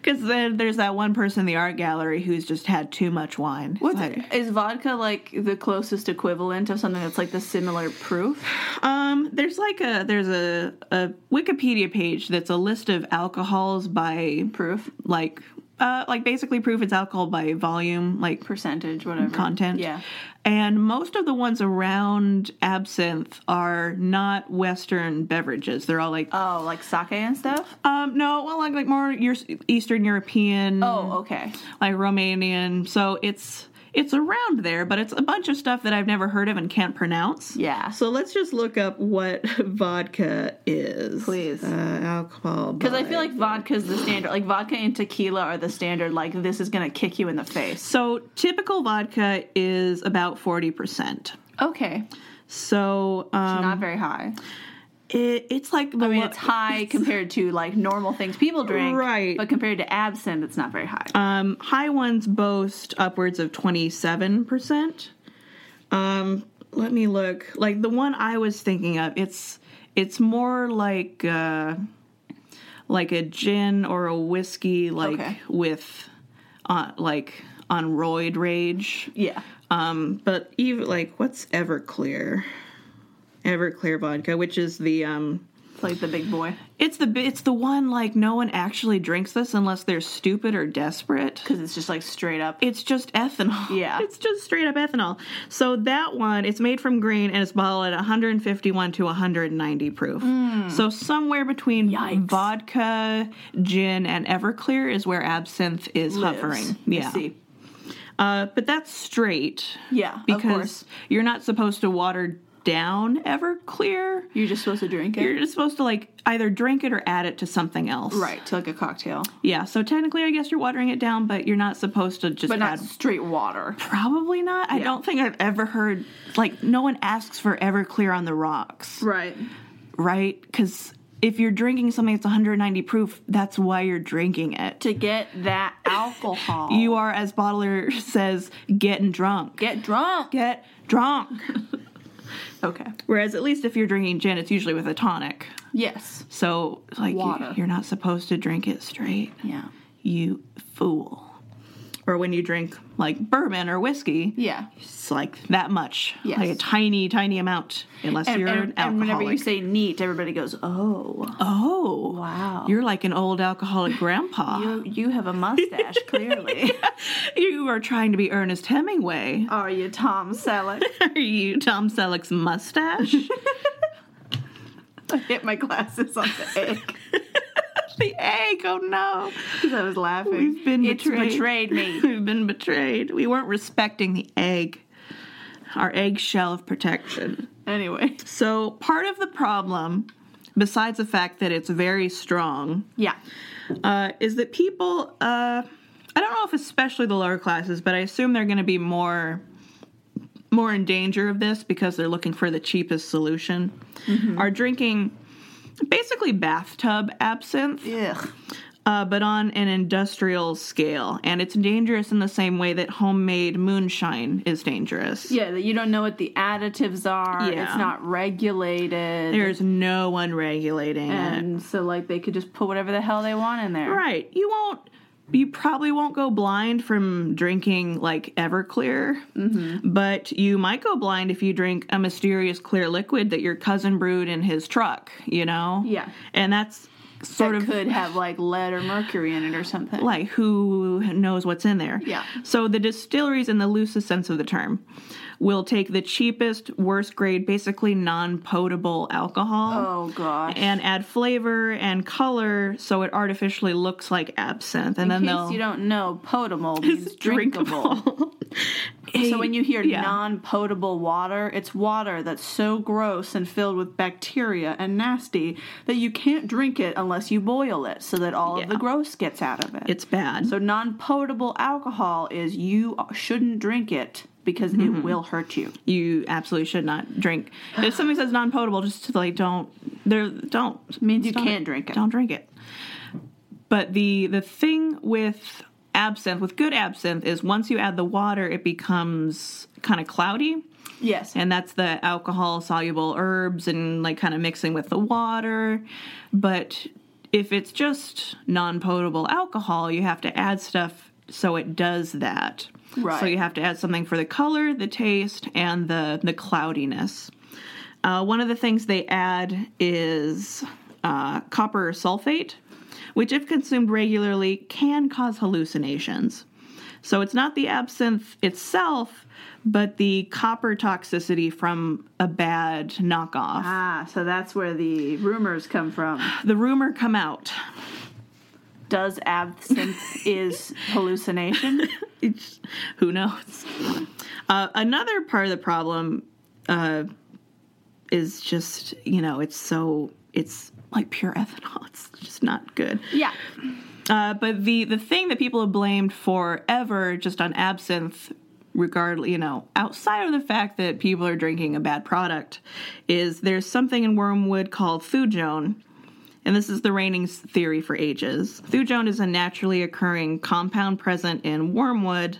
Speaker 1: Because then there's that one person in the art gallery who's just had too much wine. It's
Speaker 2: What's
Speaker 1: like,
Speaker 2: is vodka like the closest equivalent of something that's like the similar proof?
Speaker 1: Um, there's like a there's a, a Wikipedia page that's a list of alcohols by
Speaker 2: Proof
Speaker 1: like uh like basically proof it's alcohol by volume like
Speaker 2: percentage, whatever
Speaker 1: content.
Speaker 2: Yeah,
Speaker 1: And most of the ones around absinthe are not Western beverages. They're all like
Speaker 2: oh, like sake and stuff.
Speaker 1: um no well like, like more your Eastern European
Speaker 2: Oh, okay.
Speaker 1: like Romanian. So it's it's around there, but it's a bunch of stuff that I've never heard of and can't pronounce.
Speaker 2: Yeah.
Speaker 1: So let's just look up what vodka is.
Speaker 2: Please.
Speaker 1: Uh, alcohol.
Speaker 2: Because I feel like vodka's the standard. Like vodka and tequila are the standard. Like this is gonna kick you in the face.
Speaker 1: So typical vodka is about 40%.
Speaker 2: Okay,
Speaker 1: So um,
Speaker 2: not very high.
Speaker 1: it, it's like the
Speaker 2: I mean,
Speaker 1: lo-
Speaker 2: it's high compared to like normal things people drink,
Speaker 1: Right.
Speaker 2: But compared to absinthe, it's not very high.
Speaker 1: Um, high ones boast upwards of 27%. Um, let me look. Like the one I was thinking of, it's it's more like uh, like a gin or a whiskey, like
Speaker 2: Okay.
Speaker 1: with uh, like on roid rage.
Speaker 2: yeah,
Speaker 1: Um, but even like what's Everclear? Everclear vodka, which is the um,
Speaker 2: it's like the big boy
Speaker 1: it's the it's the one like no one actually drinks this unless they're stupid or desperate
Speaker 2: because it's just like straight up.
Speaker 1: it's just ethanol.
Speaker 2: Yeah.
Speaker 1: It's just straight up ethanol. So that one, it's made from grain and it's bottled at 151 to 190 proof. So somewhere between
Speaker 2: Hmm. Yikes.
Speaker 1: vodka, gin, and Everclear is where absinthe is
Speaker 2: lives.
Speaker 1: hovering.
Speaker 2: I
Speaker 1: Yeah.
Speaker 2: see.
Speaker 1: Uh, but that's straight.
Speaker 2: Yeah, of
Speaker 1: Because
Speaker 2: course.
Speaker 1: you're not supposed to water down Everclear.
Speaker 2: You're just supposed to drink it,
Speaker 1: You're just supposed to like either drink it or add it to something else.
Speaker 2: right? To like a cocktail,
Speaker 1: Yeah. So technically, I guess you're watering it down, but you're not supposed to just
Speaker 2: but not
Speaker 1: add
Speaker 2: straight water.
Speaker 1: Probably not. I don't think I've ever heard like no one asks for Everclear on the rocks,
Speaker 2: Right.
Speaker 1: right? Because if you're drinking something that's 190 proof, that's why you're drinking it.
Speaker 2: To get that alcohol,
Speaker 1: You are, as bottler says, getting drunk.
Speaker 2: get drunk.
Speaker 1: Get drunk.
Speaker 2: okay.
Speaker 1: Whereas at least if you're drinking gin, it's usually with a tonic.
Speaker 2: Yes.
Speaker 1: So like you,
Speaker 2: Water.
Speaker 1: you're not supposed to drink it straight.
Speaker 2: Yeah.
Speaker 1: You fool. Or when you drink like bourbon or whiskey,
Speaker 2: Yeah.
Speaker 1: It's like that much,
Speaker 2: Yes.
Speaker 1: like a tiny, tiny amount, unless
Speaker 2: And,
Speaker 1: you're
Speaker 2: and,
Speaker 1: an
Speaker 2: and whenever you
Speaker 1: alcoholic.
Speaker 2: say neat, everybody goes, "Oh,
Speaker 1: oh,
Speaker 2: Wow.
Speaker 1: you're like an old alcoholic grandpa.
Speaker 2: you you have a mustache, clearly."
Speaker 1: you are trying to be Ernest Hemingway.
Speaker 2: Are you Tom Selleck?
Speaker 1: Are you Tom Selleck's mustache?
Speaker 2: I hit my glasses on the egg
Speaker 1: the egg. Oh no,
Speaker 2: because I was laughing.
Speaker 1: we've been
Speaker 2: it's
Speaker 1: betrayed.
Speaker 2: betrayed me.
Speaker 1: We've been betrayed. We weren't respecting the egg, our eggshell of protection.
Speaker 2: Anyway,
Speaker 1: So part of the problem, besides the fact that it's very strong,
Speaker 2: yeah,
Speaker 1: uh, is that people, uh, I don't know if especially the lower classes, but I assume they're going to be more more in danger of this because they're looking for the cheapest solution.
Speaker 2: Mm-hmm.
Speaker 1: Are drinking basically bathtub absinthe,
Speaker 2: ugh,
Speaker 1: uh, but on an industrial scale. And it's dangerous in the same way that homemade moonshine is dangerous.
Speaker 2: Yeah, that you don't know what the additives are.
Speaker 1: Yeah.
Speaker 2: It's not regulated.
Speaker 1: There's no one regulating it.
Speaker 2: and so like they could just put whatever the hell they want in there.
Speaker 1: Right. You won't. You probably won't go blind from drinking like Everclear,
Speaker 2: Mm-hmm.
Speaker 1: but you might go blind if you drink a mysterious clear liquid that your cousin brewed in his truck. You know.
Speaker 2: Yeah.
Speaker 1: And that's
Speaker 2: That
Speaker 1: sort of
Speaker 2: could have like lead or mercury in it or something.
Speaker 1: like who knows what's in there.
Speaker 2: Yeah.
Speaker 1: So the distilleries, in the loosest sense of the term, will take the cheapest, worst grade, basically non-potable alcohol.
Speaker 2: oh gosh.
Speaker 1: And add flavor and color so it artificially looks like absinthe, and then
Speaker 2: in
Speaker 1: they'll
Speaker 2: case you don't know, potable means drinkable. So when you hear
Speaker 1: Yeah.
Speaker 2: non-potable water, it's water that's so gross and filled with bacteria and nasty that you can't drink it unless you boil it so that all
Speaker 1: Yeah.
Speaker 2: of the gross gets out of it.
Speaker 1: it's bad.
Speaker 2: so non-potable alcohol is you shouldn't drink it because it will hurt you.
Speaker 1: you absolutely should not drink. If something says non-potable, just to like don't there don't
Speaker 2: means you
Speaker 1: stop
Speaker 2: can't drink it.
Speaker 1: Don't drink it. But the the thing with absinthe, with good absinthe, is once you add the water, it becomes kind of cloudy,
Speaker 2: Yes.
Speaker 1: and that's the alcohol soluble herbs and like kind of mixing with the water. But if it's just non-potable alcohol, you have to add stuff so it does that. So
Speaker 2: Right.
Speaker 1: you have to add something for the color, the taste, and the the cloudiness. Uh, one of the things they add is uh, copper sulfate, which, if consumed regularly, can cause hallucinations. So it's not the absinthe itself, but the copper toxicity from a bad knockoff.
Speaker 2: ah, so that's where the rumors come from.
Speaker 1: The rumor come out.
Speaker 2: Does absinthe is hallucination?
Speaker 1: It's, who knows? Uh, another part of the problem uh, is just you know it's so it's like pure ethanol. It's just not good.
Speaker 2: Yeah.
Speaker 1: Uh, but the the thing that people have blamed forever just on absinthe regardless you know outside of the fact that people are drinking a bad product is there's something in wormwood called thujone and this is the Raining's theory for ages. Thujone is a naturally occurring compound present in wormwood,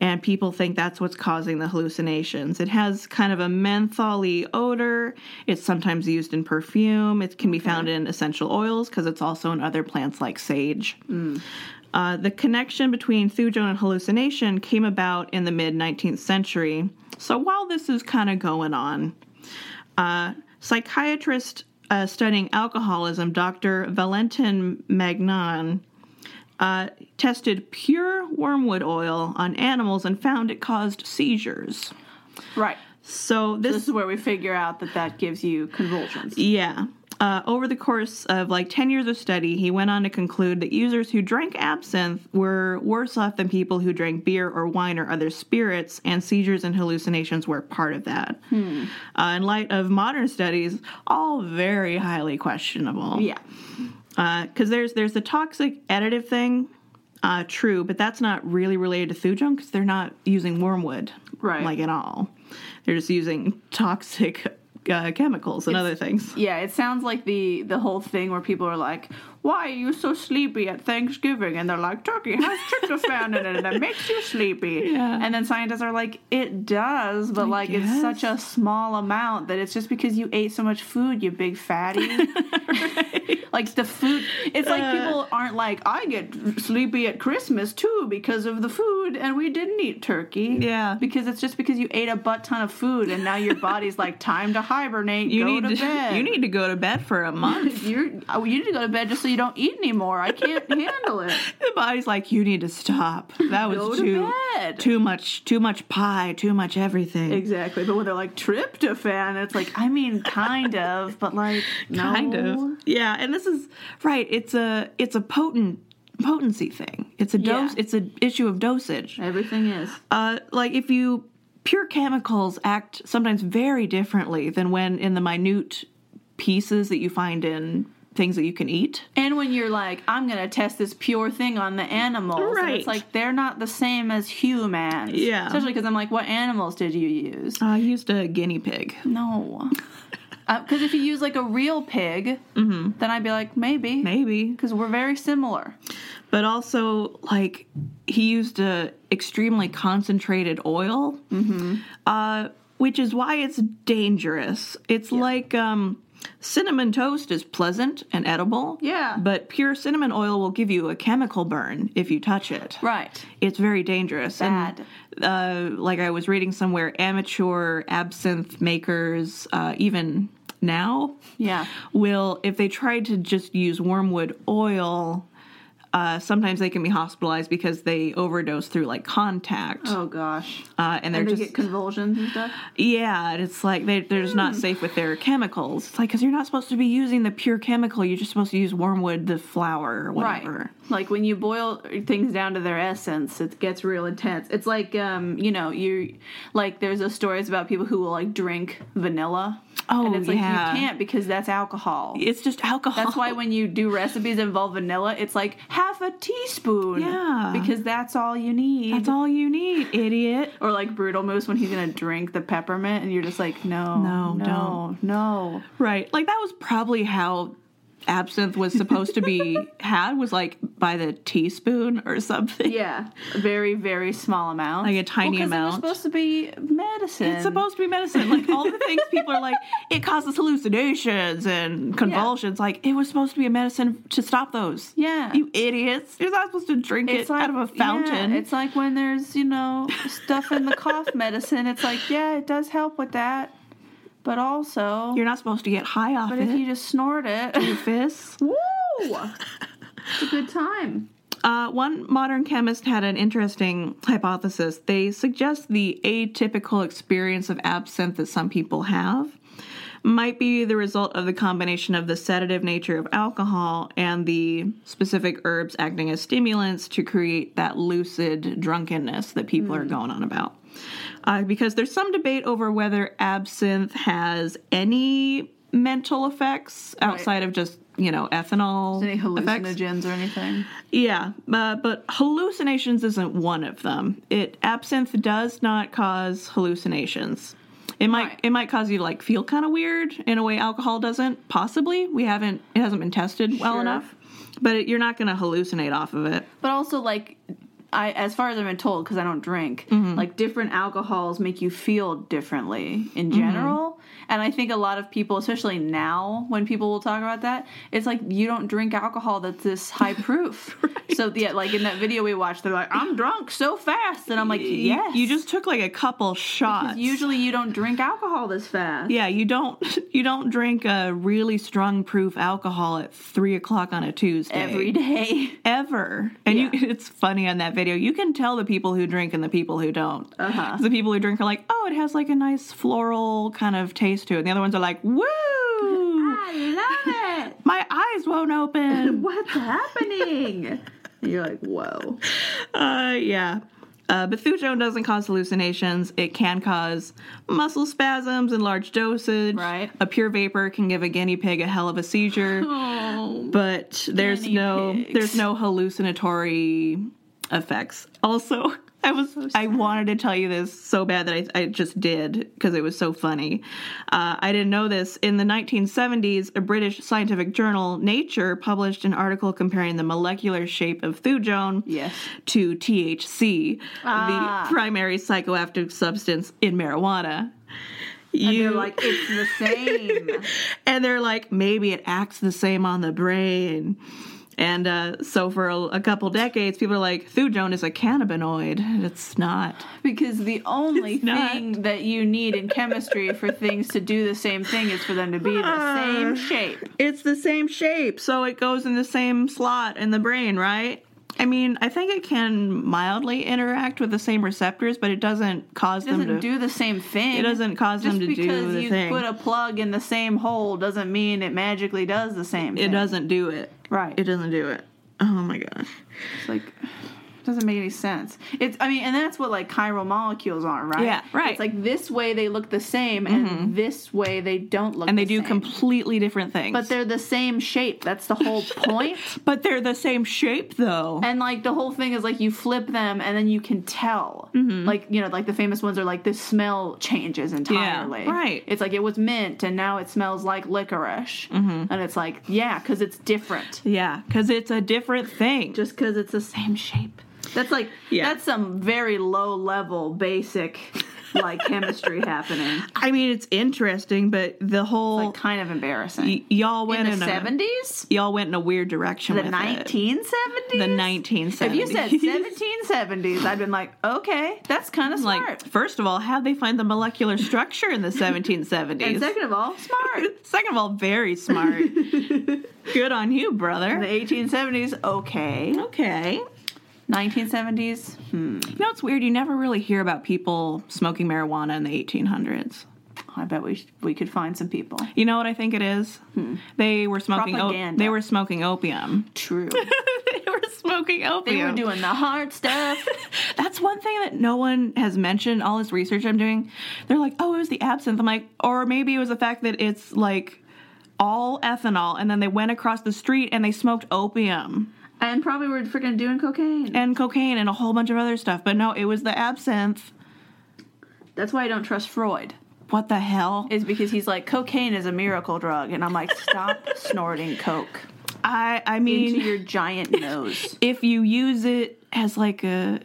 Speaker 1: and people think that's what's causing the hallucinations. It has kind of a mentholy odor. It's sometimes used in perfume. It can be found in essential oils because it's also in other plants like sage. Uh, the connection between thujone and hallucination came about in the mid 19th century. So while this is kind of going on, uh, psychiatrist uh, studying alcoholism, Dr. Valentin Magnan, uh, tested pure wormwood oil on animals and found it caused seizures.
Speaker 2: Right.
Speaker 1: So this
Speaker 2: This is where we figure out that that gives you convulsions.
Speaker 1: Yeah. Uh, over the course of like 10 years of study, he went on to conclude that users who drank absinthe were worse off than people who drank beer or wine or other spirits, and seizures and hallucinations were part of that. Uh, in light of modern studies, all very highly questionable
Speaker 2: Yeah.
Speaker 1: because Uh, there's there's the toxic additive thing, uh, true, but that's not really related to thujone because they're not using wormwood,
Speaker 2: Right.
Speaker 1: Like at all, they're just using toxic uh, chemicals and other things.
Speaker 2: Yeah, it sounds like the the whole thing where people are like, "Why are you so sleepy at Thanksgiving?" and they're like, "Turkey has tryptophan in it, and it makes you sleepy."
Speaker 1: Yeah.
Speaker 2: And then scientists are like, "It does, but like
Speaker 1: guess.
Speaker 2: it's such a small amount that it's just because you ate so much food, you big fatty." like the food, it's like
Speaker 1: Uh.
Speaker 2: people aren't like, "I get sleepy at Christmas too because of the food, and we didn't eat turkey."
Speaker 1: Yeah.
Speaker 2: because it's just because you ate a butt ton of food, and now your body's like, "Time to hibernate."
Speaker 1: You
Speaker 2: go
Speaker 1: need
Speaker 2: to bed.
Speaker 1: you need to go to bed for a month.
Speaker 2: You're, oh, you need to go to bed just so you don't eat anymore. I can't handle it.
Speaker 1: the body's like you need to stop. That was
Speaker 2: Go to
Speaker 1: too
Speaker 2: bed.
Speaker 1: too much too much pie, too much everything.
Speaker 2: Exactly. But when they're like tryptophan, it's like, I mean, kind of, but like, no.
Speaker 1: kind of yeah and this is right it's a it's a potent potency thing it's a
Speaker 2: Yeah.
Speaker 1: dose it's an issue of dosage
Speaker 2: Everything is.
Speaker 1: uh, like if you pure chemicals act sometimes very differently than when in the minute pieces that you find in things that you can eat
Speaker 2: And when you're like, I'm going to test this pure thing on the animals, and
Speaker 1: Right.
Speaker 2: it's like, they're not the same as humans.
Speaker 1: Yeah.
Speaker 2: Especially because I'm like, what animals did you use?
Speaker 1: i used a guinea pig
Speaker 2: No. Because if you use like a real pig, then I'd be like, maybe.
Speaker 1: Maybe.
Speaker 2: Because we're very similar.
Speaker 1: But also, like, he used a extremely concentrated oil, uh, which is why it's dangerous. It's like um, cinnamon toast is pleasant and edible.
Speaker 2: Yeah.
Speaker 1: But pure cinnamon oil will give you a chemical burn if you touch it.
Speaker 2: Right.
Speaker 1: It's very dangerous.
Speaker 2: Bad.
Speaker 1: And, uh, like I was reading somewhere, amateur absinthe makers, uh, even now,
Speaker 2: Yeah.
Speaker 1: will if they try to just use wormwood oil. Uh, sometimes they can be hospitalized because they overdose through like contact,
Speaker 2: Oh gosh.
Speaker 1: uh, and they're
Speaker 2: And they
Speaker 1: just
Speaker 2: get convulsions and stuff.
Speaker 1: yeah. And it's like they, they're just
Speaker 2: Hmm.
Speaker 1: not safe with their chemicals. It's like because you're not supposed to be using the pure chemical. You're just supposed to use wormwood, the flower, or whatever.
Speaker 2: Like when you boil things down to their essence, it gets real intense. It's like um, you know, you like there's those stories about people who will like drink vanilla.
Speaker 1: Oh,
Speaker 2: and it's like
Speaker 1: yeah.
Speaker 2: you can't because that's alcohol.
Speaker 1: It's just alcohol.
Speaker 2: That's why when you do recipes involve vanilla, it's like half a teaspoon.
Speaker 1: Yeah.
Speaker 2: Because that's all you need.
Speaker 1: That's all you need, idiot.
Speaker 2: or like brutal moose when he's gonna drink the peppermint and you're just like, no,
Speaker 1: No,
Speaker 2: no, no.
Speaker 1: Right. Like that was probably how absinthe was supposed to be had was like by the teaspoon or something.
Speaker 2: Yeah. A very, very small amount.
Speaker 1: Like a tiny
Speaker 2: 'cause
Speaker 1: amount.
Speaker 2: It was supposed to be medicine.
Speaker 1: It's supposed to be medicine. Like all the things people are like, it causes hallucinations and convulsions. Like it was supposed to be a medicine to stop those.
Speaker 2: Yeah.
Speaker 1: You idiots. You're not supposed to drink it out of a fountain.
Speaker 2: yeah, it's like when there's, you know, stuff in the cough medicine. It's like, yeah, it does help with that. But also
Speaker 1: You're not supposed to get high off
Speaker 2: but
Speaker 1: it.
Speaker 2: if you just snort it
Speaker 1: fists.
Speaker 2: Woo! It's a good time.
Speaker 1: Uh, one modern chemist had an interesting hypothesis. They suggest the atypical experience of absinthe that some people have might be the result of the combination of the sedative nature of alcohol and the specific herbs acting as stimulants to create that lucid drunkenness that people
Speaker 2: Hmm.
Speaker 1: are going on about. Uh, because there's some debate over whether absinthe has any mental effects outside of just, you know, ethanol
Speaker 2: Any
Speaker 1: effects.
Speaker 2: hallucinogens or anything?
Speaker 1: Yeah, uh, but hallucinations isn't one of them. It absinthe does not cause hallucinations. It might
Speaker 2: Right.
Speaker 1: it might cause you to like feel kind of weird in a way alcohol doesn't. Possibly we haven't it hasn't been tested well
Speaker 2: Sure.
Speaker 1: enough, but it, you're not going to hallucinate off of it.
Speaker 2: But also, like, I as far as I've been told, because I don't drink, like different alcohols make you feel differently in general. And I think a lot of people, especially now, when people will talk about that, it's like you don't drink alcohol that's this high proof. So yeah, like in that video we watched, they're like, "I'm drunk so fast," and I'm like,
Speaker 1: Y-
Speaker 2: "Yes."
Speaker 1: you just took like a couple shots.
Speaker 2: usually you don't drink alcohol this fast.
Speaker 1: yeah, you don't you don't drink a really strong proof alcohol at three o'clock on a Tuesday
Speaker 2: Every day.
Speaker 1: ever. And
Speaker 2: Yeah.
Speaker 1: you, it's funny on that video. You can tell the people who drink and the people who don't.
Speaker 2: Uh-huh.
Speaker 1: The people who drink are like, oh, it has like a nice floral kind of taste to it. And the other ones are like, woo,
Speaker 2: Ah. I love it.
Speaker 1: my eyes won't open.
Speaker 2: What's happening? and you're like, whoa.
Speaker 1: uh, yeah. Uh, Bethune doesn't cause hallucinations. It can cause muscle spasms in large dosage.
Speaker 2: Right.
Speaker 1: A pure vapor can give a guinea pig a hell of a seizure.
Speaker 2: Oh.
Speaker 1: but there's
Speaker 2: Guinea
Speaker 1: no
Speaker 2: pigs.
Speaker 1: there's no hallucinatory effects. Also, I was I wanted to tell you this so bad that I, I just did because it was so funny. Uh, I didn't know this. In the 1970s, a British scientific journal, Nature, published an article comparing the molecular shape of thujone
Speaker 2: Yes.
Speaker 1: to THC,
Speaker 2: Ah.
Speaker 1: the primary psychoactive substance in marijuana.
Speaker 2: And
Speaker 1: You
Speaker 2: they're like, it's the same.
Speaker 1: and they're like, maybe it acts the same on the brain. And uh, so for a, a couple decades, people are like, thujone is a cannabinoid. It's not.
Speaker 2: because the only
Speaker 1: It's not.
Speaker 2: thing that you need in chemistry for things to do the same thing is for them to be
Speaker 1: Ah.
Speaker 2: the same shape.
Speaker 1: It's the same shape, so it goes in the same slot in the brain, right? I mean, I think it can mildly interact with the same receptors, but it doesn't cause
Speaker 2: It doesn't
Speaker 1: them to.
Speaker 2: do the same thing.
Speaker 1: it doesn't cause
Speaker 2: Just
Speaker 1: them to
Speaker 2: because
Speaker 1: do the
Speaker 2: you
Speaker 1: thing.
Speaker 2: put a plug in the same hole doesn't mean it magically does the same
Speaker 1: it
Speaker 2: thing.
Speaker 1: doesn't do it.
Speaker 2: Right.
Speaker 1: It doesn't do it. Oh my gosh.
Speaker 2: It's like Doesn't make any sense. It's I mean, and that's what like chiral molecules are, right?
Speaker 1: Yeah, right. Mm-hmm.
Speaker 2: It's like this way they look the same, and this way they don't look.
Speaker 1: and they do
Speaker 2: the same.
Speaker 1: completely different things.
Speaker 2: but they're the same shape. That's the whole point.
Speaker 1: but they're the same shape though.
Speaker 2: And like the whole thing is like you flip them and then you can tell.
Speaker 1: Mm-hmm.
Speaker 2: Like, you know, like the famous ones are like the smell changes entirely.
Speaker 1: right.
Speaker 2: It's like it was mint and now it smells like licorice.
Speaker 1: Mm-hmm.
Speaker 2: And it's like, yeah, because it's different.
Speaker 1: yeah, because it's a different thing.
Speaker 2: Just because it's the same shape. That's like,
Speaker 1: Yeah.
Speaker 2: that's some very low level basic like chemistry happening.
Speaker 1: I mean, it's interesting, but the whole
Speaker 2: Like, kind of embarrassing.
Speaker 1: y- y'all
Speaker 2: in
Speaker 1: went
Speaker 2: the
Speaker 1: in, a
Speaker 2: 70s?
Speaker 1: y'all went in a weird direction.
Speaker 2: The
Speaker 1: with it.
Speaker 2: 1970s?
Speaker 1: the nineteen
Speaker 2: If
Speaker 1: seventies.
Speaker 2: you said 1770s, I'd been like, okay, that's kind of smart.
Speaker 1: like, first of all, how'd they find the molecular structure in the seventeen
Speaker 2: And
Speaker 1: seventies?
Speaker 2: second of all, smart.
Speaker 1: Second of all, very smart. Good on you,
Speaker 2: the
Speaker 1: brother.
Speaker 2: 1870s, okay.
Speaker 1: Okay.
Speaker 2: 1970s, hmm.
Speaker 1: You know, it's weird. You never really hear about people smoking marijuana in the 1800s.
Speaker 2: I bet we sh- we could find some people.
Speaker 1: You know what I think it is? They were smoking. O-
Speaker 2: Hmm. Propaganda.
Speaker 1: they were smoking opium.
Speaker 2: True.
Speaker 1: they were smoking opium.
Speaker 2: They were doing the hard stuff.
Speaker 1: That's one thing that no one has mentioned. All this research I'm doing, they're like, "Oh, it was the absinthe." I'm like, or maybe it was the fact that it's like all ethanol, and then they went across the street and they smoked opium
Speaker 2: and probably were freaking doing cocaine.
Speaker 1: and cocaine and a whole bunch of other stuff. But no, it was the absinthe.
Speaker 2: That's why I don't trust Freud.
Speaker 1: What the hell?
Speaker 2: Is because he's like, cocaine is a miracle drug. And I'm like, stop snorting coke
Speaker 1: I I
Speaker 2: into
Speaker 1: mean,
Speaker 2: your giant nose.
Speaker 1: if you use it as like a,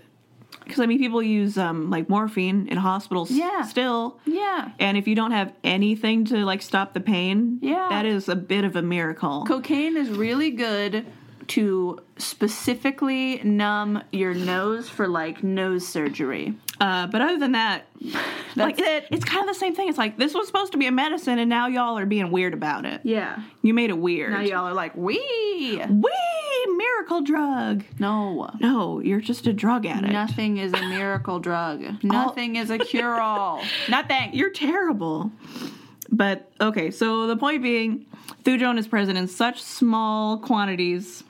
Speaker 1: because I mean, people use um like morphine in hospitals
Speaker 2: Yeah.
Speaker 1: still.
Speaker 2: Yeah.
Speaker 1: And if you don't have anything to like stop the pain,
Speaker 2: Yeah.
Speaker 1: that is a bit of a miracle.
Speaker 2: Cocaine is really good to specifically numb your nose for like nose surgery.
Speaker 1: Uh, but other than that,
Speaker 2: That's
Speaker 1: like,
Speaker 2: it.
Speaker 1: It's kind of the same thing. It's like this was supposed to be a medicine, and now y'all are being weird about it.
Speaker 2: Yeah.
Speaker 1: You made it weird.
Speaker 2: Now y'all are like, we
Speaker 1: Wee miracle drug.
Speaker 2: No.
Speaker 1: No, you're just a drug addict.
Speaker 2: Nothing is a miracle drug. Nothing is a cure all. Nothing.
Speaker 1: You're terrible. But okay, so the point being, thujone is present in such small quantities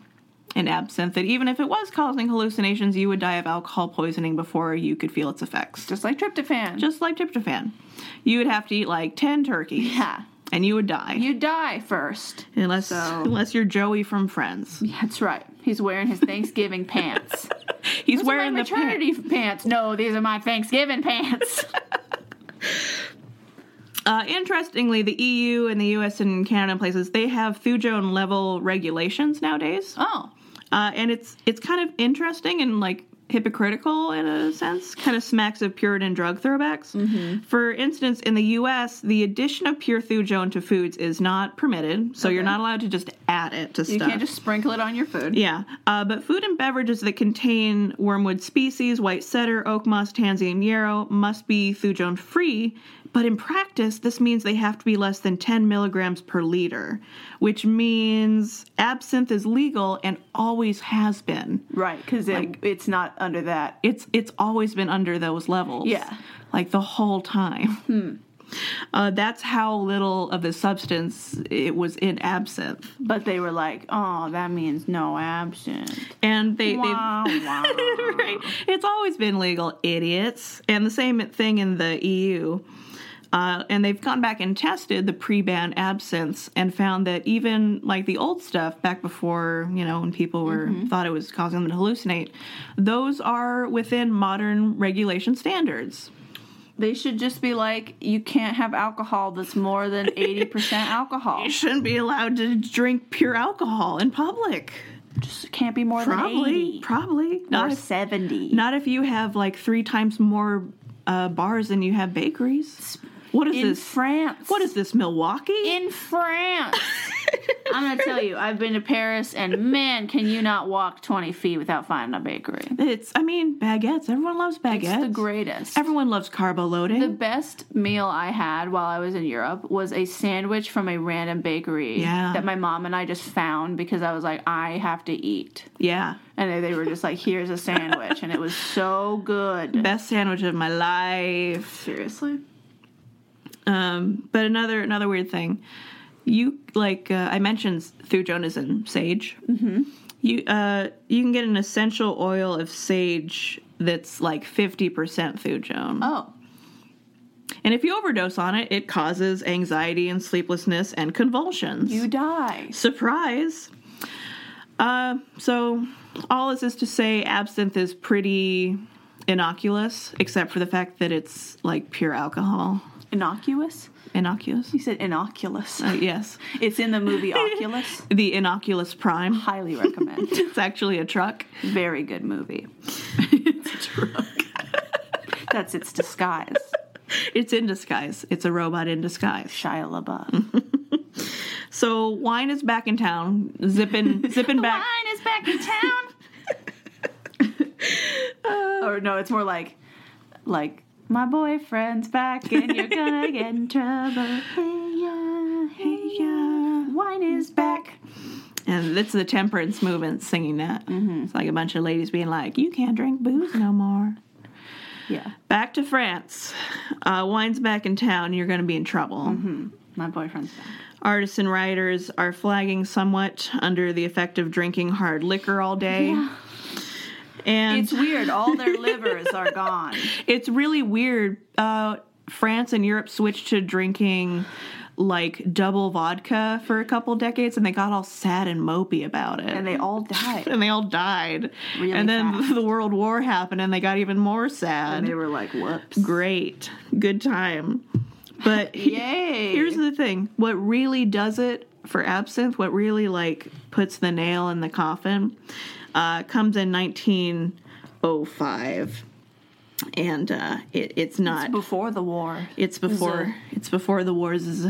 Speaker 1: in absinthe that even if it was causing hallucinations, you would die of alcohol poisoning before you could feel its effects.
Speaker 2: Just like tryptophan.
Speaker 1: Just like tryptophan, you would have to eat like ten turkeys,
Speaker 2: yeah.
Speaker 1: and you would die.
Speaker 2: You die first.
Speaker 1: Unless
Speaker 2: So-
Speaker 1: unless you're Joey from Friends.
Speaker 2: That's right. He's wearing his Thanksgiving pants.
Speaker 1: He's
Speaker 2: Those are
Speaker 1: wearing
Speaker 2: my
Speaker 1: the pants.
Speaker 2: maternity pants. No, these are my Thanksgiving pants.
Speaker 1: Uh, interestingly, the EU and the US and Canada and places they have thujone level regulations nowadays,
Speaker 2: oh.
Speaker 1: uh, and it's it's kind of interesting and like hypocritical in a sense. Kind of smacks of Puritan drug throwbacks.
Speaker 2: Mm-hmm.
Speaker 1: For instance, in the US, the addition of pure thujone to foods is not permitted, so you're
Speaker 2: Okay.
Speaker 1: not allowed to just add it to
Speaker 2: You
Speaker 1: stuff.
Speaker 2: can't just sprinkle it on your food.
Speaker 1: Yeah, uh, but food and beverages that contain wormwood species, white cedar, oak moss, tansy, and yarrow must be thujone free. But in practice, this means they have to be less than 10 milligrams per liter, which means absinthe is legal and always has been.
Speaker 2: Right, because it, it's not under that.
Speaker 1: It's it's always been under those levels.
Speaker 2: Yeah.
Speaker 1: like the whole time. Uh, that's how little of the substance it was in absinthe,
Speaker 2: But they were like, oh, that means no absent.
Speaker 1: and they they
Speaker 2: Wah, wah.
Speaker 1: right. It's always been legal, idiots. And the same thing in the EU. Uh, and they've gone back and tested the pre-ban absinthe and found that even like the old stuff back before you know when people were
Speaker 2: Mm-hmm.
Speaker 1: thought it was causing them to hallucinate, those are within modern regulation standards.
Speaker 2: They should just be like, you can't have alcohol that's more than 80% alcohol.
Speaker 1: You shouldn't be allowed to drink pure alcohol in public.
Speaker 2: Just can't be more than
Speaker 1: Probably,
Speaker 2: 80
Speaker 1: probably
Speaker 2: or
Speaker 1: not. If,
Speaker 2: 70.
Speaker 1: not if you have like three times more uh, bars than you have bakeries. What is
Speaker 2: in
Speaker 1: this?
Speaker 2: France.
Speaker 1: What is this, Milwaukee?
Speaker 2: in France? I'm going to tell you, I've been to Paris, and man, can you not walk 20 feet without finding a bakery.
Speaker 1: it's, I mean, baguettes. Everyone loves baguettes.
Speaker 2: It's the greatest.
Speaker 1: Everyone loves carbo
Speaker 2: The
Speaker 1: loading.
Speaker 2: best meal I had while I was in Europe was a sandwich from a random bakery
Speaker 1: Yeah.
Speaker 2: that my mom and I just found because I was like, I have to eat.
Speaker 1: yeah.
Speaker 2: And they, they were just like, here's a sandwich. And it was so good.
Speaker 1: Best sandwich of my life.
Speaker 2: Seriously?
Speaker 1: Um, but another another weird thing, you like uh, I mentioned thujone is in sage, mm-hmm. You uh you can get an essential oil of sage that's like 50% thujone.
Speaker 2: Oh,
Speaker 1: And if you overdose on it, it causes anxiety and sleeplessness and convulsions.
Speaker 2: you die.
Speaker 1: Surprise. Uh, so, all this is to say, absinthe is pretty innocuous, except for the fact that it's like pure alcohol.
Speaker 2: Innocuous?
Speaker 1: Innocuous?
Speaker 2: You said innocuous.
Speaker 1: Uh, yes.
Speaker 2: It's in the movie Oculus.
Speaker 1: The Innocuous Prime.
Speaker 2: Highly recommend.
Speaker 1: It's actually a truck.
Speaker 2: Very good movie.
Speaker 1: it's a truck.
Speaker 2: That's its disguise.
Speaker 1: It's in disguise. It's a robot in disguise.
Speaker 2: Shia LaBeouf.
Speaker 1: So wine is back in town, zipping, zipping back.
Speaker 2: Wine is back in town. or no, it's more like, like my boyfriend's back and you're gonna get in trouble. Hey ya, hey ya. Wine is back.
Speaker 1: And it's the temperance movement singing that. It's like a bunch of ladies being like, "You can't drink booze no more."
Speaker 2: Yeah,
Speaker 1: Back to France. Uh, wine's back in town. You're going to be in trouble.
Speaker 2: my boyfriend's back.
Speaker 1: Artists and writers are flagging somewhat under the effect of drinking hard liquor all day. And
Speaker 2: It's
Speaker 1: it's,
Speaker 2: weird. All their livers are gone.
Speaker 1: really weird. Uh, France and Europe switched to drinking like double vodka for a couple decades and they got all sad and mopey about it.
Speaker 2: And they all died.
Speaker 1: and they all died.
Speaker 2: Really
Speaker 1: and then
Speaker 2: fast.
Speaker 1: the World War happened and they got even more sad.
Speaker 2: And they were like, whoops.
Speaker 1: Great. Good time. But
Speaker 2: Yay.
Speaker 1: here's the thing what really does it for absinthe, what really like puts the nail in the coffin, uh, comes in 1905. And uh, it, it's not.
Speaker 2: before the war.
Speaker 1: It's before it's before the wars,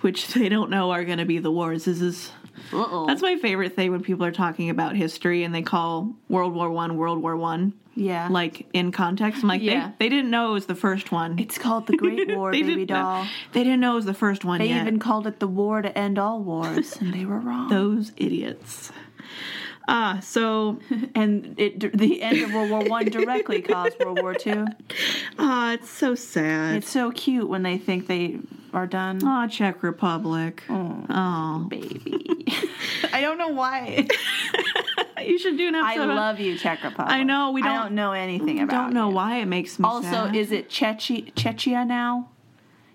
Speaker 1: which they don't know are going to be the wars. This is
Speaker 2: Uh-oh.
Speaker 1: that's my favorite thing when people are talking about history and they call World War One World War One,
Speaker 2: yeah.
Speaker 1: like in context. I'm like
Speaker 2: Yeah.
Speaker 1: they, they didn't know it was the first one.
Speaker 2: it's called the Great War,
Speaker 1: they
Speaker 2: baby
Speaker 1: didn't know-
Speaker 2: doll.
Speaker 1: They didn't know it was the first one
Speaker 2: They
Speaker 1: yet.
Speaker 2: even called it the war to end all wars, and they were wrong.
Speaker 1: Those idiots. Ah, so
Speaker 2: and it, the end of World War One directly caused World War Two.
Speaker 1: ah, it's so sad.
Speaker 2: It's so cute when they think they are done.
Speaker 1: Ah, Czech Republic. Oh,
Speaker 2: baby. I don't know why.
Speaker 1: you should do an
Speaker 2: I
Speaker 1: episode. on-
Speaker 2: love you, Czech Republic.
Speaker 1: I know, we
Speaker 2: I
Speaker 1: don't-
Speaker 2: don't know anything
Speaker 1: I
Speaker 2: about.
Speaker 1: don't know
Speaker 2: it.
Speaker 1: why it makes me
Speaker 2: Also,
Speaker 1: sad.
Speaker 2: is it Chechi- Chechia now?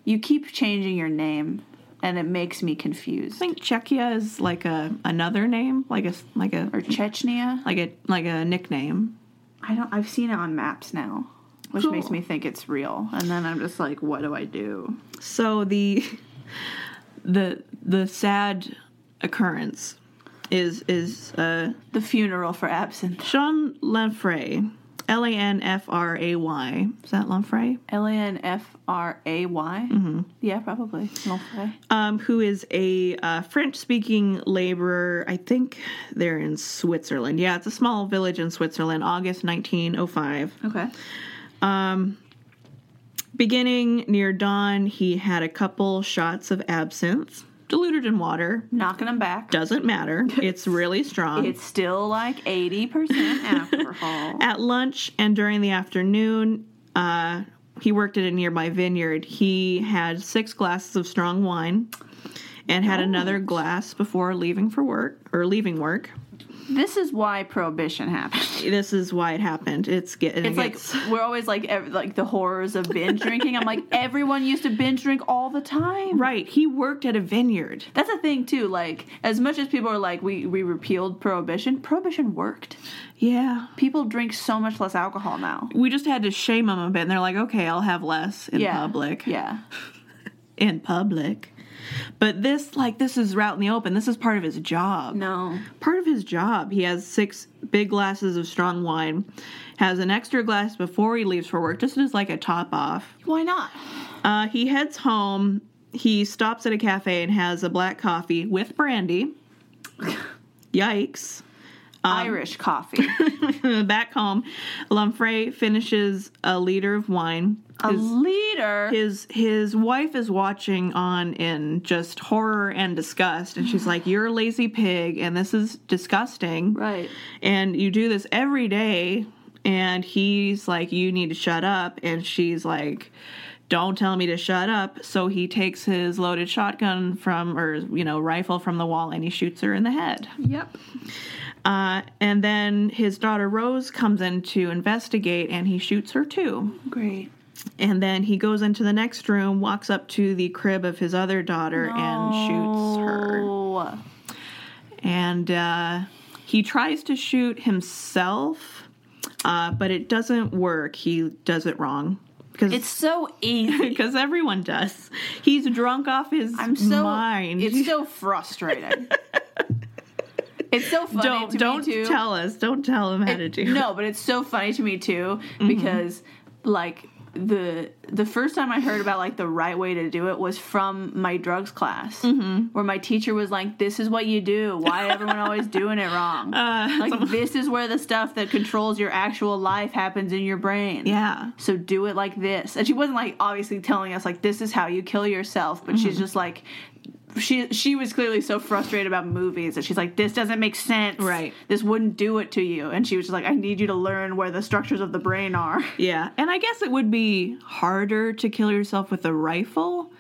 Speaker 2: You keep changing your name, and it makes me confused.
Speaker 1: I think Czechia is like a another name, like a like a
Speaker 2: Or Chechnya?
Speaker 1: like a like a nickname.
Speaker 2: I don't. I've seen it on maps now, which
Speaker 1: Cool.
Speaker 2: makes me think it's real. And then I'm just like, what do I do?
Speaker 1: So the the the sad occurrence is is uh,
Speaker 2: The funeral for absinthe.
Speaker 1: Jean Lanfray, L A N F R A Y. Is that Lanfray?
Speaker 2: L A N F R A Y. Mm-hmm. Yeah, probably. L'Enfray.
Speaker 1: Um, who is a uh, French-speaking laborer? I think they're in Switzerland. Yeah, it's a small village in Switzerland. August 1905.
Speaker 2: Okay.
Speaker 1: Beginning near dawn, he had a couple shots of absinthe, diluted in water.
Speaker 2: Knocking them back.
Speaker 1: Doesn't matter. It's really strong.
Speaker 2: It's still like 80% alcohol.
Speaker 1: At lunch and during the afternoon, uh, he worked at a nearby vineyard. He had six glasses of strong wine and had another glass before leaving for work or leaving work.
Speaker 2: this is why prohibition happened.
Speaker 1: This is why it happened. It's getting
Speaker 2: It's like we're always like ev- like the horrors of binge drinking. I'm like everyone used to binge drink all the time.
Speaker 1: right. He worked at a vineyard.
Speaker 2: That's the thing too. Like as much as people are like we we repealed prohibition, prohibition worked.
Speaker 1: Yeah.
Speaker 2: People drink so much less alcohol now.
Speaker 1: We just had to shame him a bit, and they're like, "Okay, I'll have less in
Speaker 2: Yeah.
Speaker 1: public."
Speaker 2: Yeah.
Speaker 1: In public. But this, like, this is out in the open. This is part of his job.
Speaker 2: No.
Speaker 1: part of his job. He has six big glasses of strong wine, has an extra glass before he leaves for work, just as like a top off.
Speaker 2: Why not?
Speaker 1: Uh, he heads home. He stops at a cafe and has a black coffee with brandy. Yikes.
Speaker 2: Irish coffee.
Speaker 1: Back home, Lumfrey finishes a liter of wine.
Speaker 2: A
Speaker 1: His,
Speaker 2: leader.
Speaker 1: his his wife is watching on in just horror and disgust, and she's like, "You're a lazy pig, and this is disgusting."
Speaker 2: Right.
Speaker 1: and you do this every day and he's like you need to shut up and she's like don't tell me to shut up so he takes his loaded shotgun from or you know rifle from the wall and he shoots her in the head
Speaker 2: Yep.
Speaker 1: Uh, and then his daughter Rose comes in to investigate and he shoots her too.
Speaker 2: Great.
Speaker 1: And then he goes into the next room, walks up to the crib of his other daughter, and shoots her.
Speaker 2: Oh.
Speaker 1: And uh, he tries to shoot himself, uh, but it doesn't work. He does it wrong. Because
Speaker 2: It's so easy.
Speaker 1: because everyone does. He's drunk off his
Speaker 2: I'm so
Speaker 1: mind.
Speaker 2: It's so frustrating. it's so funny
Speaker 1: don't
Speaker 2: to
Speaker 1: don't
Speaker 2: me too.
Speaker 1: tell us. Don't tell him how to do. Mm-hmm.
Speaker 2: No, but it's so funny to me too because like the the first time I heard about like the right way to do it was from my drugs class
Speaker 1: Mm-hmm.
Speaker 2: where my teacher was like, "This is what you do. Why everyone always doing it wrong?
Speaker 1: Uh,
Speaker 2: like this is where the stuff that controls your actual life happens in your brain."
Speaker 1: Yeah.
Speaker 2: so do it like this and she wasn't like obviously telling us like this is how you kill yourself but
Speaker 1: Mm-hmm.
Speaker 2: she's just like she she was clearly so frustrated about movies that she's like this doesn't make sense
Speaker 1: Right.
Speaker 2: this wouldn't do it to you and she was just like i need you to learn where the structures of the brain are
Speaker 1: Yeah, and I guess it would be harder to kill yourself with a rifle,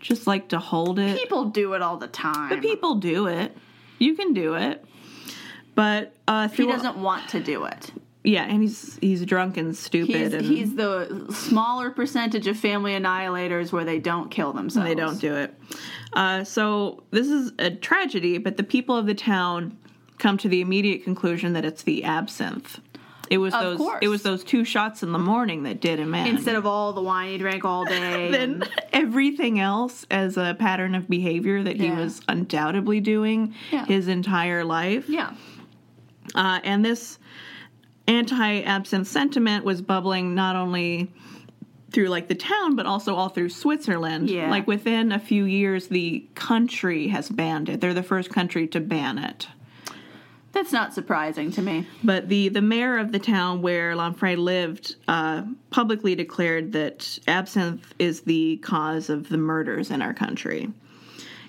Speaker 1: just like to hold it.
Speaker 2: people do it all the time
Speaker 1: But people do it. You can do it. But uh,
Speaker 2: he
Speaker 1: through-
Speaker 2: doesn't want to do it
Speaker 1: Yeah, and he's he's drunk and stupid,
Speaker 2: he's,
Speaker 1: and
Speaker 2: he's the smaller percentage of family annihilators where they don't kill themselves
Speaker 1: they don't do it. Uh, so this is a tragedy. But the people of the town come to the immediate conclusion that it's the absinthe. It was
Speaker 2: Of
Speaker 1: those.
Speaker 2: course.
Speaker 1: It was those two shots in the morning that did him in.
Speaker 2: instead of all the wine he drank all day
Speaker 1: then everything else as a pattern of behavior that he
Speaker 2: Yeah.
Speaker 1: was undoubtedly doing
Speaker 2: Yeah.
Speaker 1: his entire life.
Speaker 2: yeah
Speaker 1: Uh, and this anti absinthe sentiment was bubbling not only through like the town but also all through Switzerland.
Speaker 2: Yeah.
Speaker 1: Like within a few years the country has banned it. They're the first country to ban it.
Speaker 2: that's not surprising to me
Speaker 1: But the, the mayor of the town where Lanfray lived uh, publicly declared that absinthe is the cause of the murders in our country.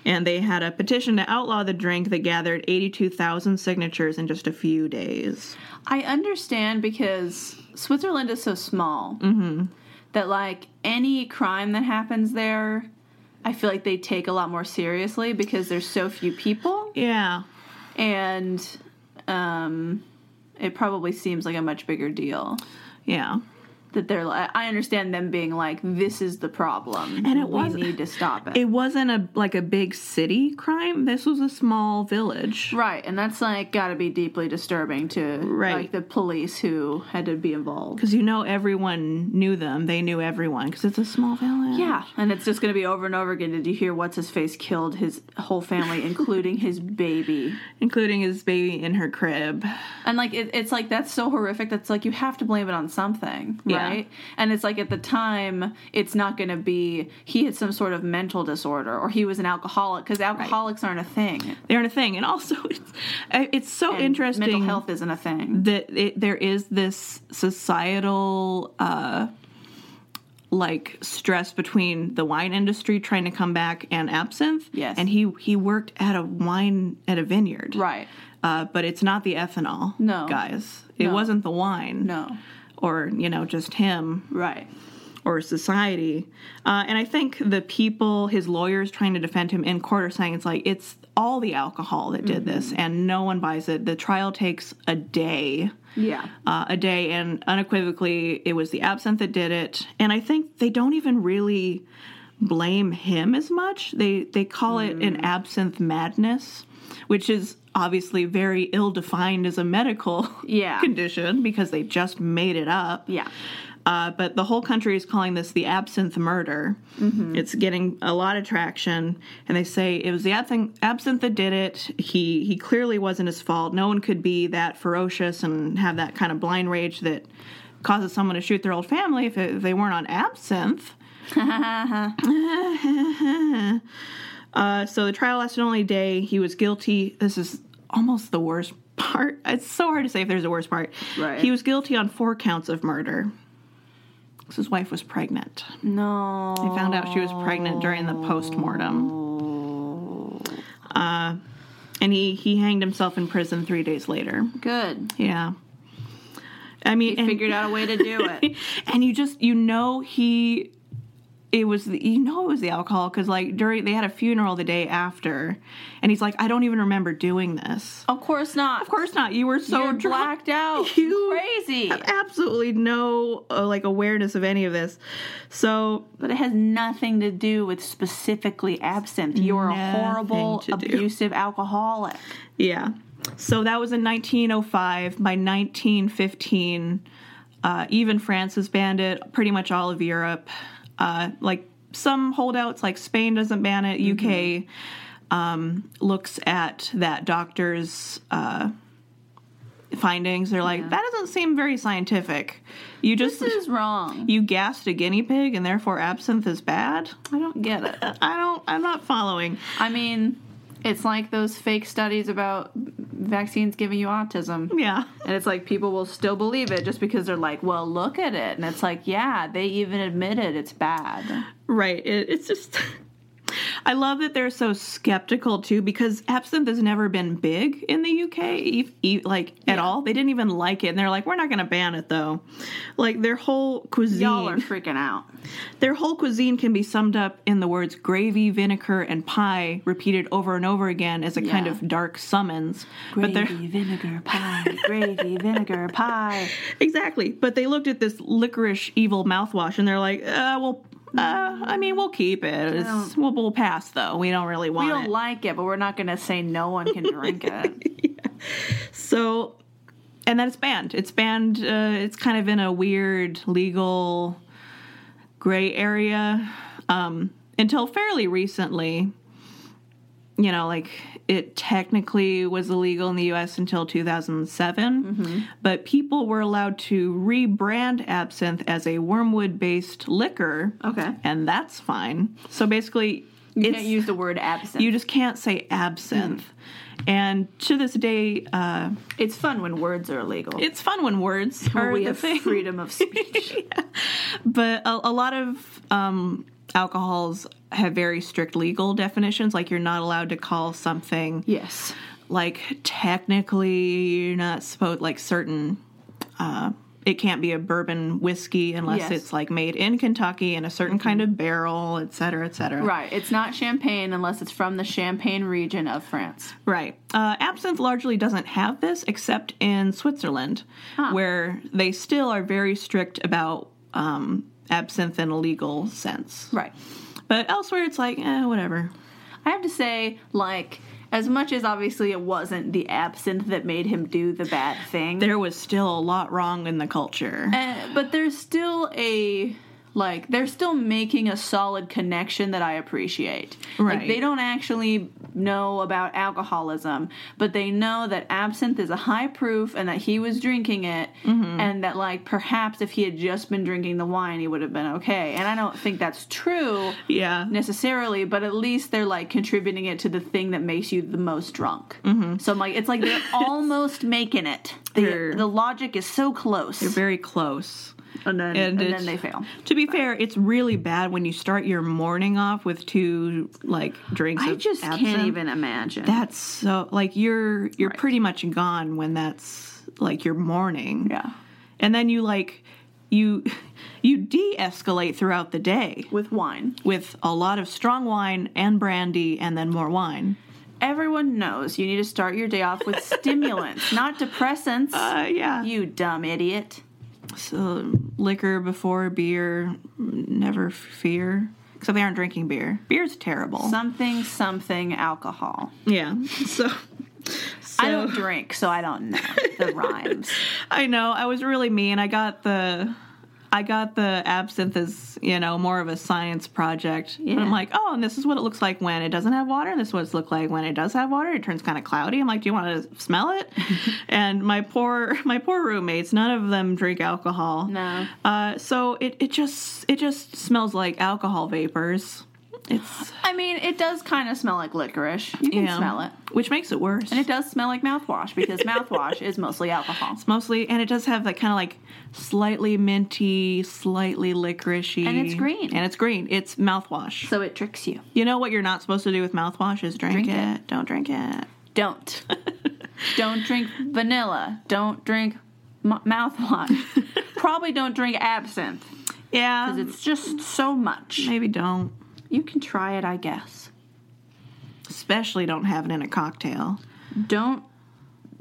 Speaker 1: And they had a petition to outlaw the drink that gathered 82,000 signatures in just a few days.
Speaker 2: I understand because Switzerland is so small
Speaker 1: Mm-hmm.
Speaker 2: that like any crime that happens there, I feel like they take a lot more seriously because there's so few people
Speaker 1: Yeah.
Speaker 2: and um, it probably seems like a much bigger deal
Speaker 1: Yeah.
Speaker 2: that they're like I understand them being like this is the problem
Speaker 1: And it
Speaker 2: we
Speaker 1: was-
Speaker 2: need to stop it.
Speaker 1: It wasn't a like a big city crime. This was a small village.
Speaker 2: Right, and that's like got to be deeply disturbing to
Speaker 1: Right.
Speaker 2: like the police who had to be involved.
Speaker 1: Because you know everyone knew them. They knew everyone because it's a small village.
Speaker 2: Yeah, and it's just going to be over and over again. Did you hear what's his face killed his whole family, including his baby?
Speaker 1: Including his baby in her crib.
Speaker 2: And like it, it's like that's so horrific. That's like you have to blame it on something,
Speaker 1: Yeah.
Speaker 2: right? And it's like at the time, it's not going to be he had some sort of mental disorder or he was an alcoholic because alcoholics aren't a thing.
Speaker 1: they aren't a thing. And also, it's, I- it's so
Speaker 2: And
Speaker 1: interesting
Speaker 2: Mental health isn't a thing.
Speaker 1: that it, there is this societal uh, like stress between the wine industry trying to come back and absinthe.
Speaker 2: Yes.
Speaker 1: and he he worked at a wine at a vineyard.
Speaker 2: Right.
Speaker 1: Uh, but it's not the ethanol.
Speaker 2: No.
Speaker 1: guys, it
Speaker 2: No.
Speaker 1: wasn't the wine.
Speaker 2: No.
Speaker 1: Or you know, just him
Speaker 2: Right.
Speaker 1: or society. Uh, and I think the people, his lawyers trying to defend him in court are saying it's like, it's all the alcohol that did this,
Speaker 2: Mm-hmm.
Speaker 1: and no one buys it. The trial takes a day.
Speaker 2: Yeah.
Speaker 1: Uh, a day, and unequivocally, it was the absinthe that did it. And I think they don't even really blame him as much. They they call it
Speaker 2: Mm.
Speaker 1: an absinthe madness, which is obviously very ill defined as a medical
Speaker 2: Yeah.
Speaker 1: condition because they just made it up.
Speaker 2: Yeah.
Speaker 1: Uh, but the whole country is calling this the absinthe murder. It's getting a lot of traction, and they say it was the absinthe, absinthe that did it. He he clearly wasn't his fault. No one could be that ferocious and have that kind of blind rage that causes someone to shoot their old family if, it, if they weren't on absinthe. Uh, so the trial lasted only a day. He was guilty. This is almost the worst part. It's so hard to say if there's a worst part.
Speaker 2: Right.
Speaker 1: He was guilty on four counts of murder. 'Cause His wife was pregnant.
Speaker 2: No.
Speaker 1: They found out she was pregnant during the postmortem. Uh, and he he hanged himself in prison three days later.
Speaker 2: Good.
Speaker 1: Yeah. I mean,
Speaker 2: He
Speaker 1: and-
Speaker 2: figured out a way to do it.
Speaker 1: and you just you know he it was the you know it was the alcohol because like during they had a funeral the day after, and he's like, I don't even remember doing this.
Speaker 2: Of course not.
Speaker 1: Of course not. You were so
Speaker 2: You're
Speaker 1: drunk.
Speaker 2: blacked out.
Speaker 1: You-
Speaker 2: crazy.
Speaker 1: have absolutely no uh, like awareness of any of this. So
Speaker 2: But it has nothing to do with specifically absinthe. You're a
Speaker 1: Nothing
Speaker 2: horrible,
Speaker 1: to do.
Speaker 2: abusive alcoholic.
Speaker 1: yeah, so that was in 1905. By 1915, uh, even France has banned it. Pretty much all of Europe, uh, like some holdouts, like Spain doesn't ban it. UK
Speaker 2: Mm-hmm.
Speaker 1: um, looks at that doctor's. Uh, findings they're like that doesn't seem very scientific you just
Speaker 2: This is wrong.
Speaker 1: you gassed a guinea pig and therefore absinthe is bad
Speaker 2: I don't get it.
Speaker 1: I don't. I'm not following.
Speaker 2: I mean, it's like those fake studies about vaccines giving you autism.
Speaker 1: Yeah.
Speaker 2: And it's like people will still believe it just because they're like, well, look at it. And it's like, yeah, they even admitted it's bad.
Speaker 1: Right. It, it's just. I love that they're so skeptical too, because absinthe has never been big in the UK, e- e- like at all. They didn't even like it, and they're like, "We're not going to ban it though." Like their whole
Speaker 2: Y'all are
Speaker 1: cuisine,
Speaker 2: freaking out.
Speaker 1: their whole cuisine can be summed up in the words "gravy, vinegar, and pie," repeated over and over again as a kind
Speaker 2: Yeah.
Speaker 1: of dark summons.
Speaker 2: Gravy,
Speaker 1: But they're
Speaker 2: vinegar pie. Gravy, vinegar pie.
Speaker 1: Exactly. But they looked at this licorice evil mouthwash and they're like, uh, well, uh, I mean, we'll keep it. It's, we'll, we'll pass, though. We don't really want
Speaker 2: We don't
Speaker 1: it.
Speaker 2: like it, but we're not going to say no one can drink it.
Speaker 1: so, and then it's banned. It's banned. Uh, it's kind of in a weird legal gray area um, until fairly recently. You know, like it technically was illegal in the US until 2007,
Speaker 2: Mm-hmm.
Speaker 1: but people were allowed to rebrand absinthe as a wormwood based liquor.
Speaker 2: Okay.
Speaker 1: And that's fine. So basically,
Speaker 2: You
Speaker 1: it's,
Speaker 2: can't use the word absent.
Speaker 1: you just can't say absinthe. And to this day, uh,
Speaker 2: it's fun when words are illegal.
Speaker 1: it's fun when words are
Speaker 2: we
Speaker 1: the
Speaker 2: have
Speaker 1: thing.
Speaker 2: freedom of speech.
Speaker 1: But a, a lot of um, alcohols have very strict legal definitions. Like you're not allowed to call something
Speaker 2: yes.
Speaker 1: like technically you're not supposed like certain. Uh, it can't be a bourbon whiskey unless
Speaker 2: Yes. Mm-hmm.
Speaker 1: it's like made in Kentucky in a certain kind of barrel, et cetera, et cetera.
Speaker 2: Right. It's not champagne unless it's from the Champagne region of France.
Speaker 1: Right. Uh, absinthe largely doesn't have this, except in Switzerland, where they still are very strict about um, absinthe in a legal sense.
Speaker 2: Right.
Speaker 1: But elsewhere, it's like, eh, whatever.
Speaker 2: I have to say, like, as much as obviously it wasn't the absinthe that made him do the bad thing,
Speaker 1: There was still a lot wrong in the culture.
Speaker 2: uh, but there's still a like they're still making a solid connection that I appreciate. Like
Speaker 1: Right.
Speaker 2: they don't actually know about alcoholism, but they know that absinthe is a high proof and that he was drinking it
Speaker 1: Mm-hmm.
Speaker 2: and that like perhaps if he had just been drinking the wine he would have been okay. And I don't think that's true.
Speaker 1: yeah.
Speaker 2: necessarily, but at least they're like contributing it to the thing that makes you the most drunk. Mm-hmm. So I'm like, it's like they're almost making it. The,
Speaker 1: They're-
Speaker 2: the logic is so close,
Speaker 1: Very close.
Speaker 2: and then
Speaker 1: and
Speaker 2: and,
Speaker 1: it's-
Speaker 2: then they fail.
Speaker 1: To be fair, it's really bad when you start your morning off with two like drinks.
Speaker 2: I
Speaker 1: of
Speaker 2: just
Speaker 1: absinthe.
Speaker 2: can't even imagine.
Speaker 1: That's so like you're you're pretty much gone when that's like your morning.
Speaker 2: yeah,
Speaker 1: and then you like you you de-escalate throughout the day
Speaker 2: with wine,
Speaker 1: with a lot of strong wine and brandy and then more wine
Speaker 2: everyone knows you need to start your day off with stimulants, not depressants.
Speaker 1: uh yeah
Speaker 2: you dumb idiot.
Speaker 1: so liquor before beer never fear except they aren't drinking beer beer's terrible
Speaker 2: Something, something, alcohol.
Speaker 1: yeah so, so
Speaker 2: I don't drink, so I don't know the rhymes.
Speaker 1: I know. I was really mean. I got the I got the absinthe as, you know, more of a science project. But
Speaker 2: Yeah.
Speaker 1: I'm like, oh, and this is what it looks like when it doesn't have water, and this is what it's look like when it does have water. It turns kind of cloudy. I'm like, do you want to smell it? and my poor my poor roommates, none of them drink alcohol.
Speaker 2: No.
Speaker 1: Uh, so it, it just it just smells like alcohol vapors. It's
Speaker 2: I mean, it does kind of smell like licorice. You can
Speaker 1: yeah.
Speaker 2: smell it.
Speaker 1: Which makes it worse.
Speaker 2: And it does smell like mouthwash because mouthwash is mostly alcohol.
Speaker 1: mostly and it does have that kind of like slightly minty slightly licoricey
Speaker 2: And it's green.
Speaker 1: and it's green it's mouthwash
Speaker 2: So it tricks you.
Speaker 1: you know what you're not supposed to do with mouthwash is drink,
Speaker 2: Drink
Speaker 1: it. don't drink it
Speaker 2: Don't. don't drink vanilla. Don't drink m- mouthwash. Probably don't drink absinthe.
Speaker 1: Yeah.
Speaker 2: because it's just so much.
Speaker 1: maybe don't.
Speaker 2: You can try it, I guess.
Speaker 1: Especially don't have it in a cocktail.
Speaker 2: Don't.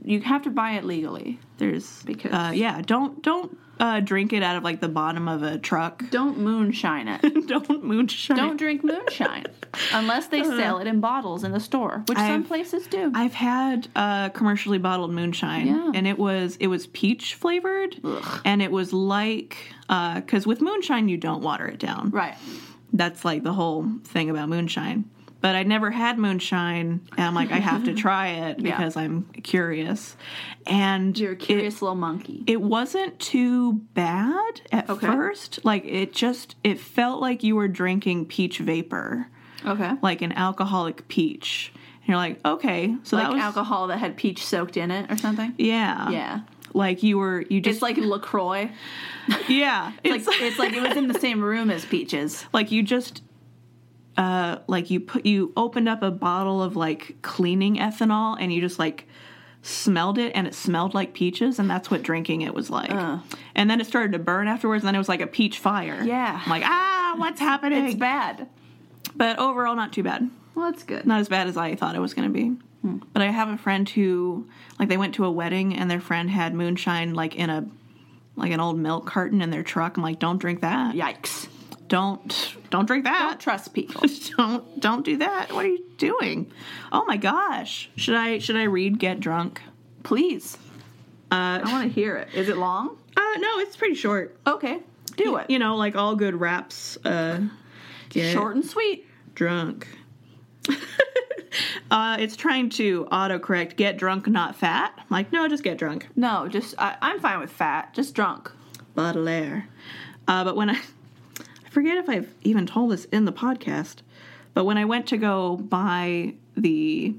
Speaker 2: You have to buy it legally.
Speaker 1: There's
Speaker 2: Because-
Speaker 1: uh, yeah, don't don't uh, drink it out of like the bottom of a truck.
Speaker 2: Don't moonshine it.
Speaker 1: don't moonshine.
Speaker 2: Don't drink moonshine unless they sell it in bottles in the store, which some
Speaker 1: Uh-huh. I've-
Speaker 2: places do.
Speaker 1: I've had uh, commercially bottled moonshine,
Speaker 2: Yeah.
Speaker 1: and it was it was peach flavored, and it was like because with moonshine you don't water it down.
Speaker 2: right.
Speaker 1: That's like the whole thing about moonshine. But I never had moonshine, and I'm like I have to try it
Speaker 2: Yeah.
Speaker 1: because I'm curious, and
Speaker 2: You're a curious little monkey.
Speaker 1: it wasn't too bad at
Speaker 2: Okay.
Speaker 1: first. Like it just it felt like you were drinking peach vapor,
Speaker 2: Okay.
Speaker 1: like an alcoholic peach. And you're like, okay, so
Speaker 2: Like
Speaker 1: that was
Speaker 2: alcohol that had peach soaked in it or something.
Speaker 1: Yeah.
Speaker 2: Yeah.
Speaker 1: Like you were you
Speaker 2: It's
Speaker 1: just
Speaker 2: like LaCroix.
Speaker 1: yeah.
Speaker 2: Like it's like it was in the same room as peaches.
Speaker 1: like you just uh like you put you opened up a bottle of like cleaning ethanol and you just like smelled it and it smelled like peaches and that's what drinking it was like.
Speaker 2: Uh.
Speaker 1: And then it started to burn afterwards and then it was like a peach fire.
Speaker 2: Yeah.
Speaker 1: I'm like, ah, what's happening?
Speaker 2: It's bad.
Speaker 1: but overall not too bad.
Speaker 2: Well, that's good.
Speaker 1: Not as bad as I thought it was going to be. But I have a friend who like they went to a wedding and their friend had moonshine like in a like an old milk carton in their truck. I'm like, don't drink that.
Speaker 2: Yikes.
Speaker 1: Don't don't drink
Speaker 2: Don't
Speaker 1: that.
Speaker 2: trust people.
Speaker 1: don't don't do that. What are you doing? Oh my gosh. Should I should I read Get Drunk?
Speaker 2: Please.
Speaker 1: Uh,
Speaker 2: I want to hear it. Is it long?
Speaker 1: uh no, it's pretty short.
Speaker 2: Okay. Do it.
Speaker 1: You know, like all good raps uh get
Speaker 2: Short and sweet.
Speaker 1: drunk. uh it's trying to autocorrect get drunk not fat. I'm like, no, just get drunk.
Speaker 2: No, just I, I'm fine with fat. Just drunk.
Speaker 1: Baudelaire. Uh, but when I, I forget if I've even told this in the podcast, but when I went to go buy the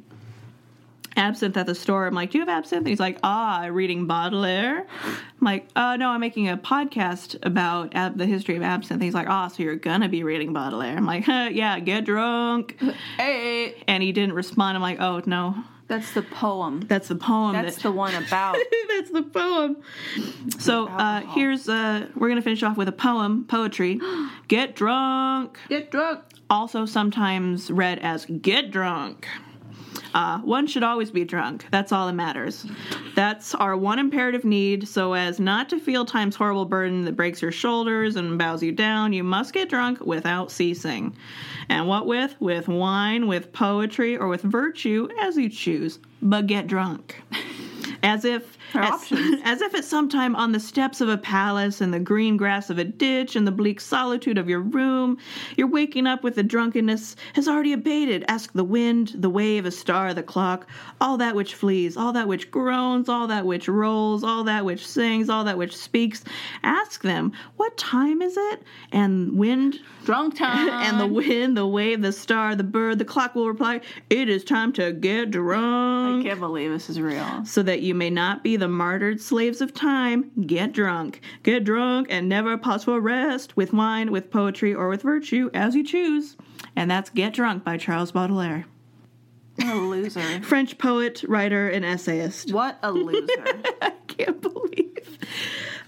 Speaker 1: absinthe at the store, I'm like, "Do you have absinthe?" And he's like, "Ah, reading Baudelaire." I'm like, "Uh, no, I'm making a podcast about ab- the history of absinthe." And he's like, "Ah, so you're gonna be reading Baudelaire?" I'm like, huh, "Yeah, get drunk."
Speaker 2: Hey,
Speaker 1: And he didn't respond. I'm like, "Oh no,
Speaker 2: that's the poem.
Speaker 1: that's the poem."
Speaker 2: That's
Speaker 1: that-
Speaker 2: the one about.
Speaker 1: That's the poem. So uh,
Speaker 2: alcohol.
Speaker 1: here's uh, we're gonna finish off with a poem, poetry. Get drunk.
Speaker 2: Get drunk.
Speaker 1: Also sometimes read as get drunk. Uh, one should always be drunk. That's all that matters. That's our one imperative need. So as not to feel time's horrible burden that breaks your shoulders and bows you down, you must get drunk without ceasing. And what with? With wine, with poetry, or with virtue, as you choose. But get drunk as if
Speaker 2: Her
Speaker 1: as,
Speaker 2: options.
Speaker 1: as if at some time on the steps of a palace in the green grass of a ditch in the bleak solitude of your room your waking up with the drunkenness has already abated ask the wind the wave a star the clock all that which flees all that which groans all that which rolls all that which sings all that which speaks ask them what time is it and wind
Speaker 2: Drunk time.
Speaker 1: and the wind the wave the star the bird the clock will reply it is time to get drunk
Speaker 2: I can't believe this is real.
Speaker 1: so that you may not be the martyred slaves of time, get drunk. Get drunk and never pause for rest with wine, with poetry, or with virtue, as you choose. And that's Get Drunk by Charles Baudelaire,
Speaker 2: What a loser.
Speaker 1: French poet, writer, and essayist.
Speaker 2: What a loser.
Speaker 1: I can't believe.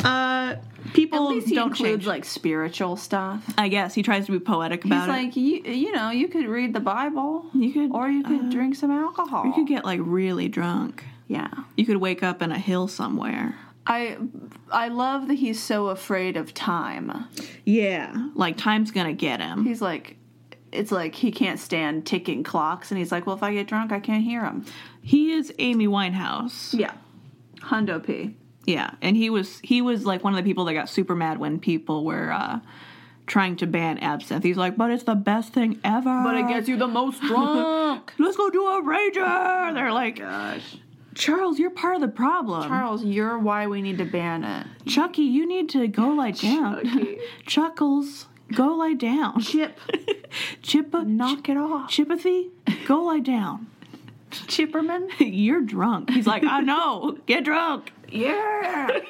Speaker 1: Uh, people
Speaker 2: At least he
Speaker 1: don't
Speaker 2: includes
Speaker 1: change.
Speaker 2: like spiritual stuff.
Speaker 1: I guess he tries to be poetic
Speaker 2: He's
Speaker 1: about it.
Speaker 2: like, you, you know, you could read the Bible,
Speaker 1: You could-
Speaker 2: or you could drink some alcohol.
Speaker 1: you could get like really drunk.
Speaker 2: yeah.
Speaker 1: You could wake up in a hill somewhere.
Speaker 2: I, I love that he's so afraid of time.
Speaker 1: Yeah, like time's gonna get him.
Speaker 2: He's like, it's like he can't stand ticking clocks, and he's like, well, if I get drunk, I can't hear him.
Speaker 1: He is Amy Winehouse.
Speaker 2: Yeah. Hundo P.
Speaker 1: Yeah, and he was he was like one of the people that got super mad when people were uh trying to ban absinthe. He's like, "But it's the best thing ever."
Speaker 2: But it gets you the most drunk.
Speaker 1: let's go do a rager. They're like,
Speaker 2: Gosh.
Speaker 1: Charles, you're part of the problem.
Speaker 2: Charles, you're why we need to ban it.
Speaker 1: Chucky, you need to go lie down.
Speaker 2: Chucky.
Speaker 1: Chuckles, go lie down.
Speaker 2: Chip,
Speaker 1: Chippa,
Speaker 2: knock it off.
Speaker 1: Chippathy, go lie down.
Speaker 2: Chipperman?
Speaker 1: You're drunk. He's like, I know. Get drunk.
Speaker 2: Yeah.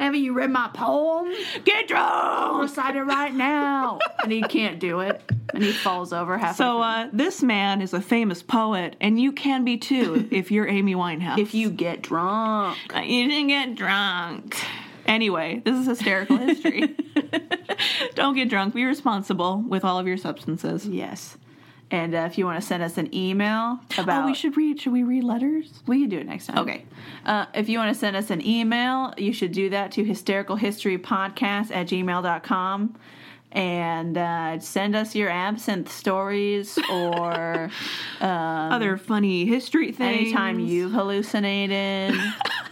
Speaker 2: Haven't you read my poem?
Speaker 1: Get drunk.
Speaker 2: Recite it right now. And he can't do it. And he falls over halfway.
Speaker 1: So uh, this man is a famous poet, and you can be too if you're Amy Winehouse.
Speaker 2: if you get drunk,
Speaker 1: Uh, you didn't get drunk, Anyway, this is hysterical history. Don't get drunk. Be responsible with all of your substances.
Speaker 2: Yes. And uh, if you want to send us an email about,
Speaker 1: Oh, we should read. Should we read letters?
Speaker 2: we can do it next time.
Speaker 1: Okay.
Speaker 2: Uh, if you want to send us an email, you should do that to hystericalhistorypodcast at gmail.com. And uh, send us your absinthe stories or
Speaker 1: Other funny history things.
Speaker 2: Um, anytime you've hallucinated.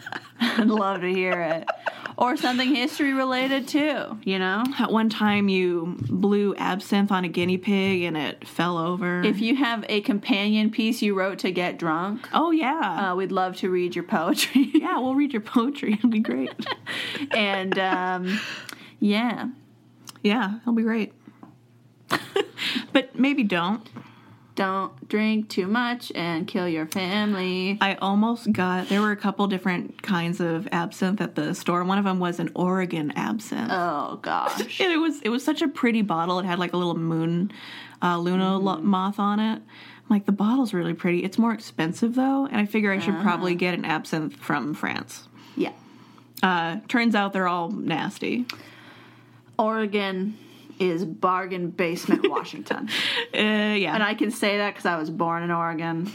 Speaker 2: I'd love to hear it. Or something history related too, you know?
Speaker 1: At one time, you blew absinthe on a guinea pig and it fell over.
Speaker 2: If you have a companion piece you wrote to get drunk,
Speaker 1: oh yeah,
Speaker 2: uh, we'd love to read your poetry.
Speaker 1: yeah, we'll read your poetry. It'll be great.
Speaker 2: and um, yeah,
Speaker 1: yeah, it'll be great. but maybe don't.
Speaker 2: don't drink too much and kill your family.
Speaker 1: I almost got. There were a couple different kinds of absinthe at the store. One of them was an Oregon absinthe.
Speaker 2: Oh gosh.
Speaker 1: And it was it was such a pretty bottle. It had like a little moon, uh, Luna lo-
Speaker 2: Mm-hmm.
Speaker 1: moth on it. I'm like the bottle's really pretty. It's more expensive though, and I figure I should
Speaker 2: Ah.
Speaker 1: probably get an absinthe from France.
Speaker 2: Yeah.
Speaker 1: Uh, turns out they're all nasty.
Speaker 2: Oregon is bargain basement Washington.
Speaker 1: Uh, yeah,
Speaker 2: and I can say that because I was born in Oregon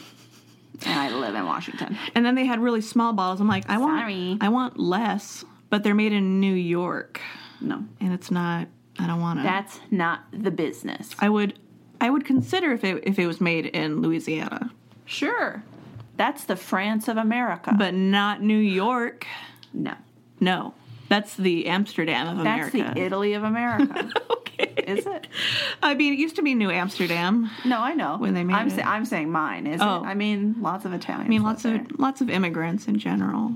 Speaker 2: and I live in Washington.
Speaker 1: and then they had really small bottles. I'm like, I want,
Speaker 2: Sorry.
Speaker 1: I want less, but they're made in New York,
Speaker 2: No,
Speaker 1: and it's not. I don't want to.
Speaker 2: that's not the business.
Speaker 1: I would, I would consider if it if it was made in Louisiana,
Speaker 2: Sure. That's the France of America.
Speaker 1: but not New York.
Speaker 2: no.
Speaker 1: No, that's the Amsterdam of
Speaker 2: That's
Speaker 1: America.
Speaker 2: the Italy of America.
Speaker 1: okay.
Speaker 2: is it?
Speaker 1: I mean, it used to be New Amsterdam. I
Speaker 2: No, I know.
Speaker 1: When they made
Speaker 2: I'm
Speaker 1: it.
Speaker 2: sa- I'm saying mine, is
Speaker 1: Oh.
Speaker 2: it? I mean, lots of Italians.
Speaker 1: mean, lots of lots of immigrants in general.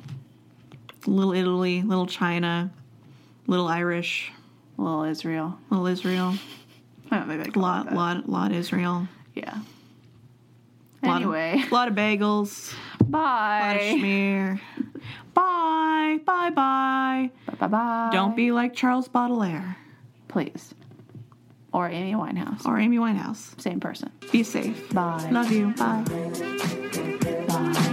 Speaker 1: Little Italy, little China, little Irish,
Speaker 2: little Israel.
Speaker 1: little Israel,
Speaker 2: Oh, I don't think they call it
Speaker 1: lot
Speaker 2: that.
Speaker 1: lot lot Israel.
Speaker 2: Yeah.
Speaker 1: Lot
Speaker 2: Anyway,
Speaker 1: of, lot of bagels, lot of
Speaker 2: bye.
Speaker 1: schmear. Bye, bye, bye.
Speaker 2: Bye bye.
Speaker 1: Don't be like Charles Baudelaire
Speaker 2: please. Or Amy Winehouse.
Speaker 1: or Amy Winehouse.
Speaker 2: Same person.
Speaker 1: Be safe.
Speaker 2: Bye.
Speaker 1: Love you. Bye.
Speaker 2: Bye.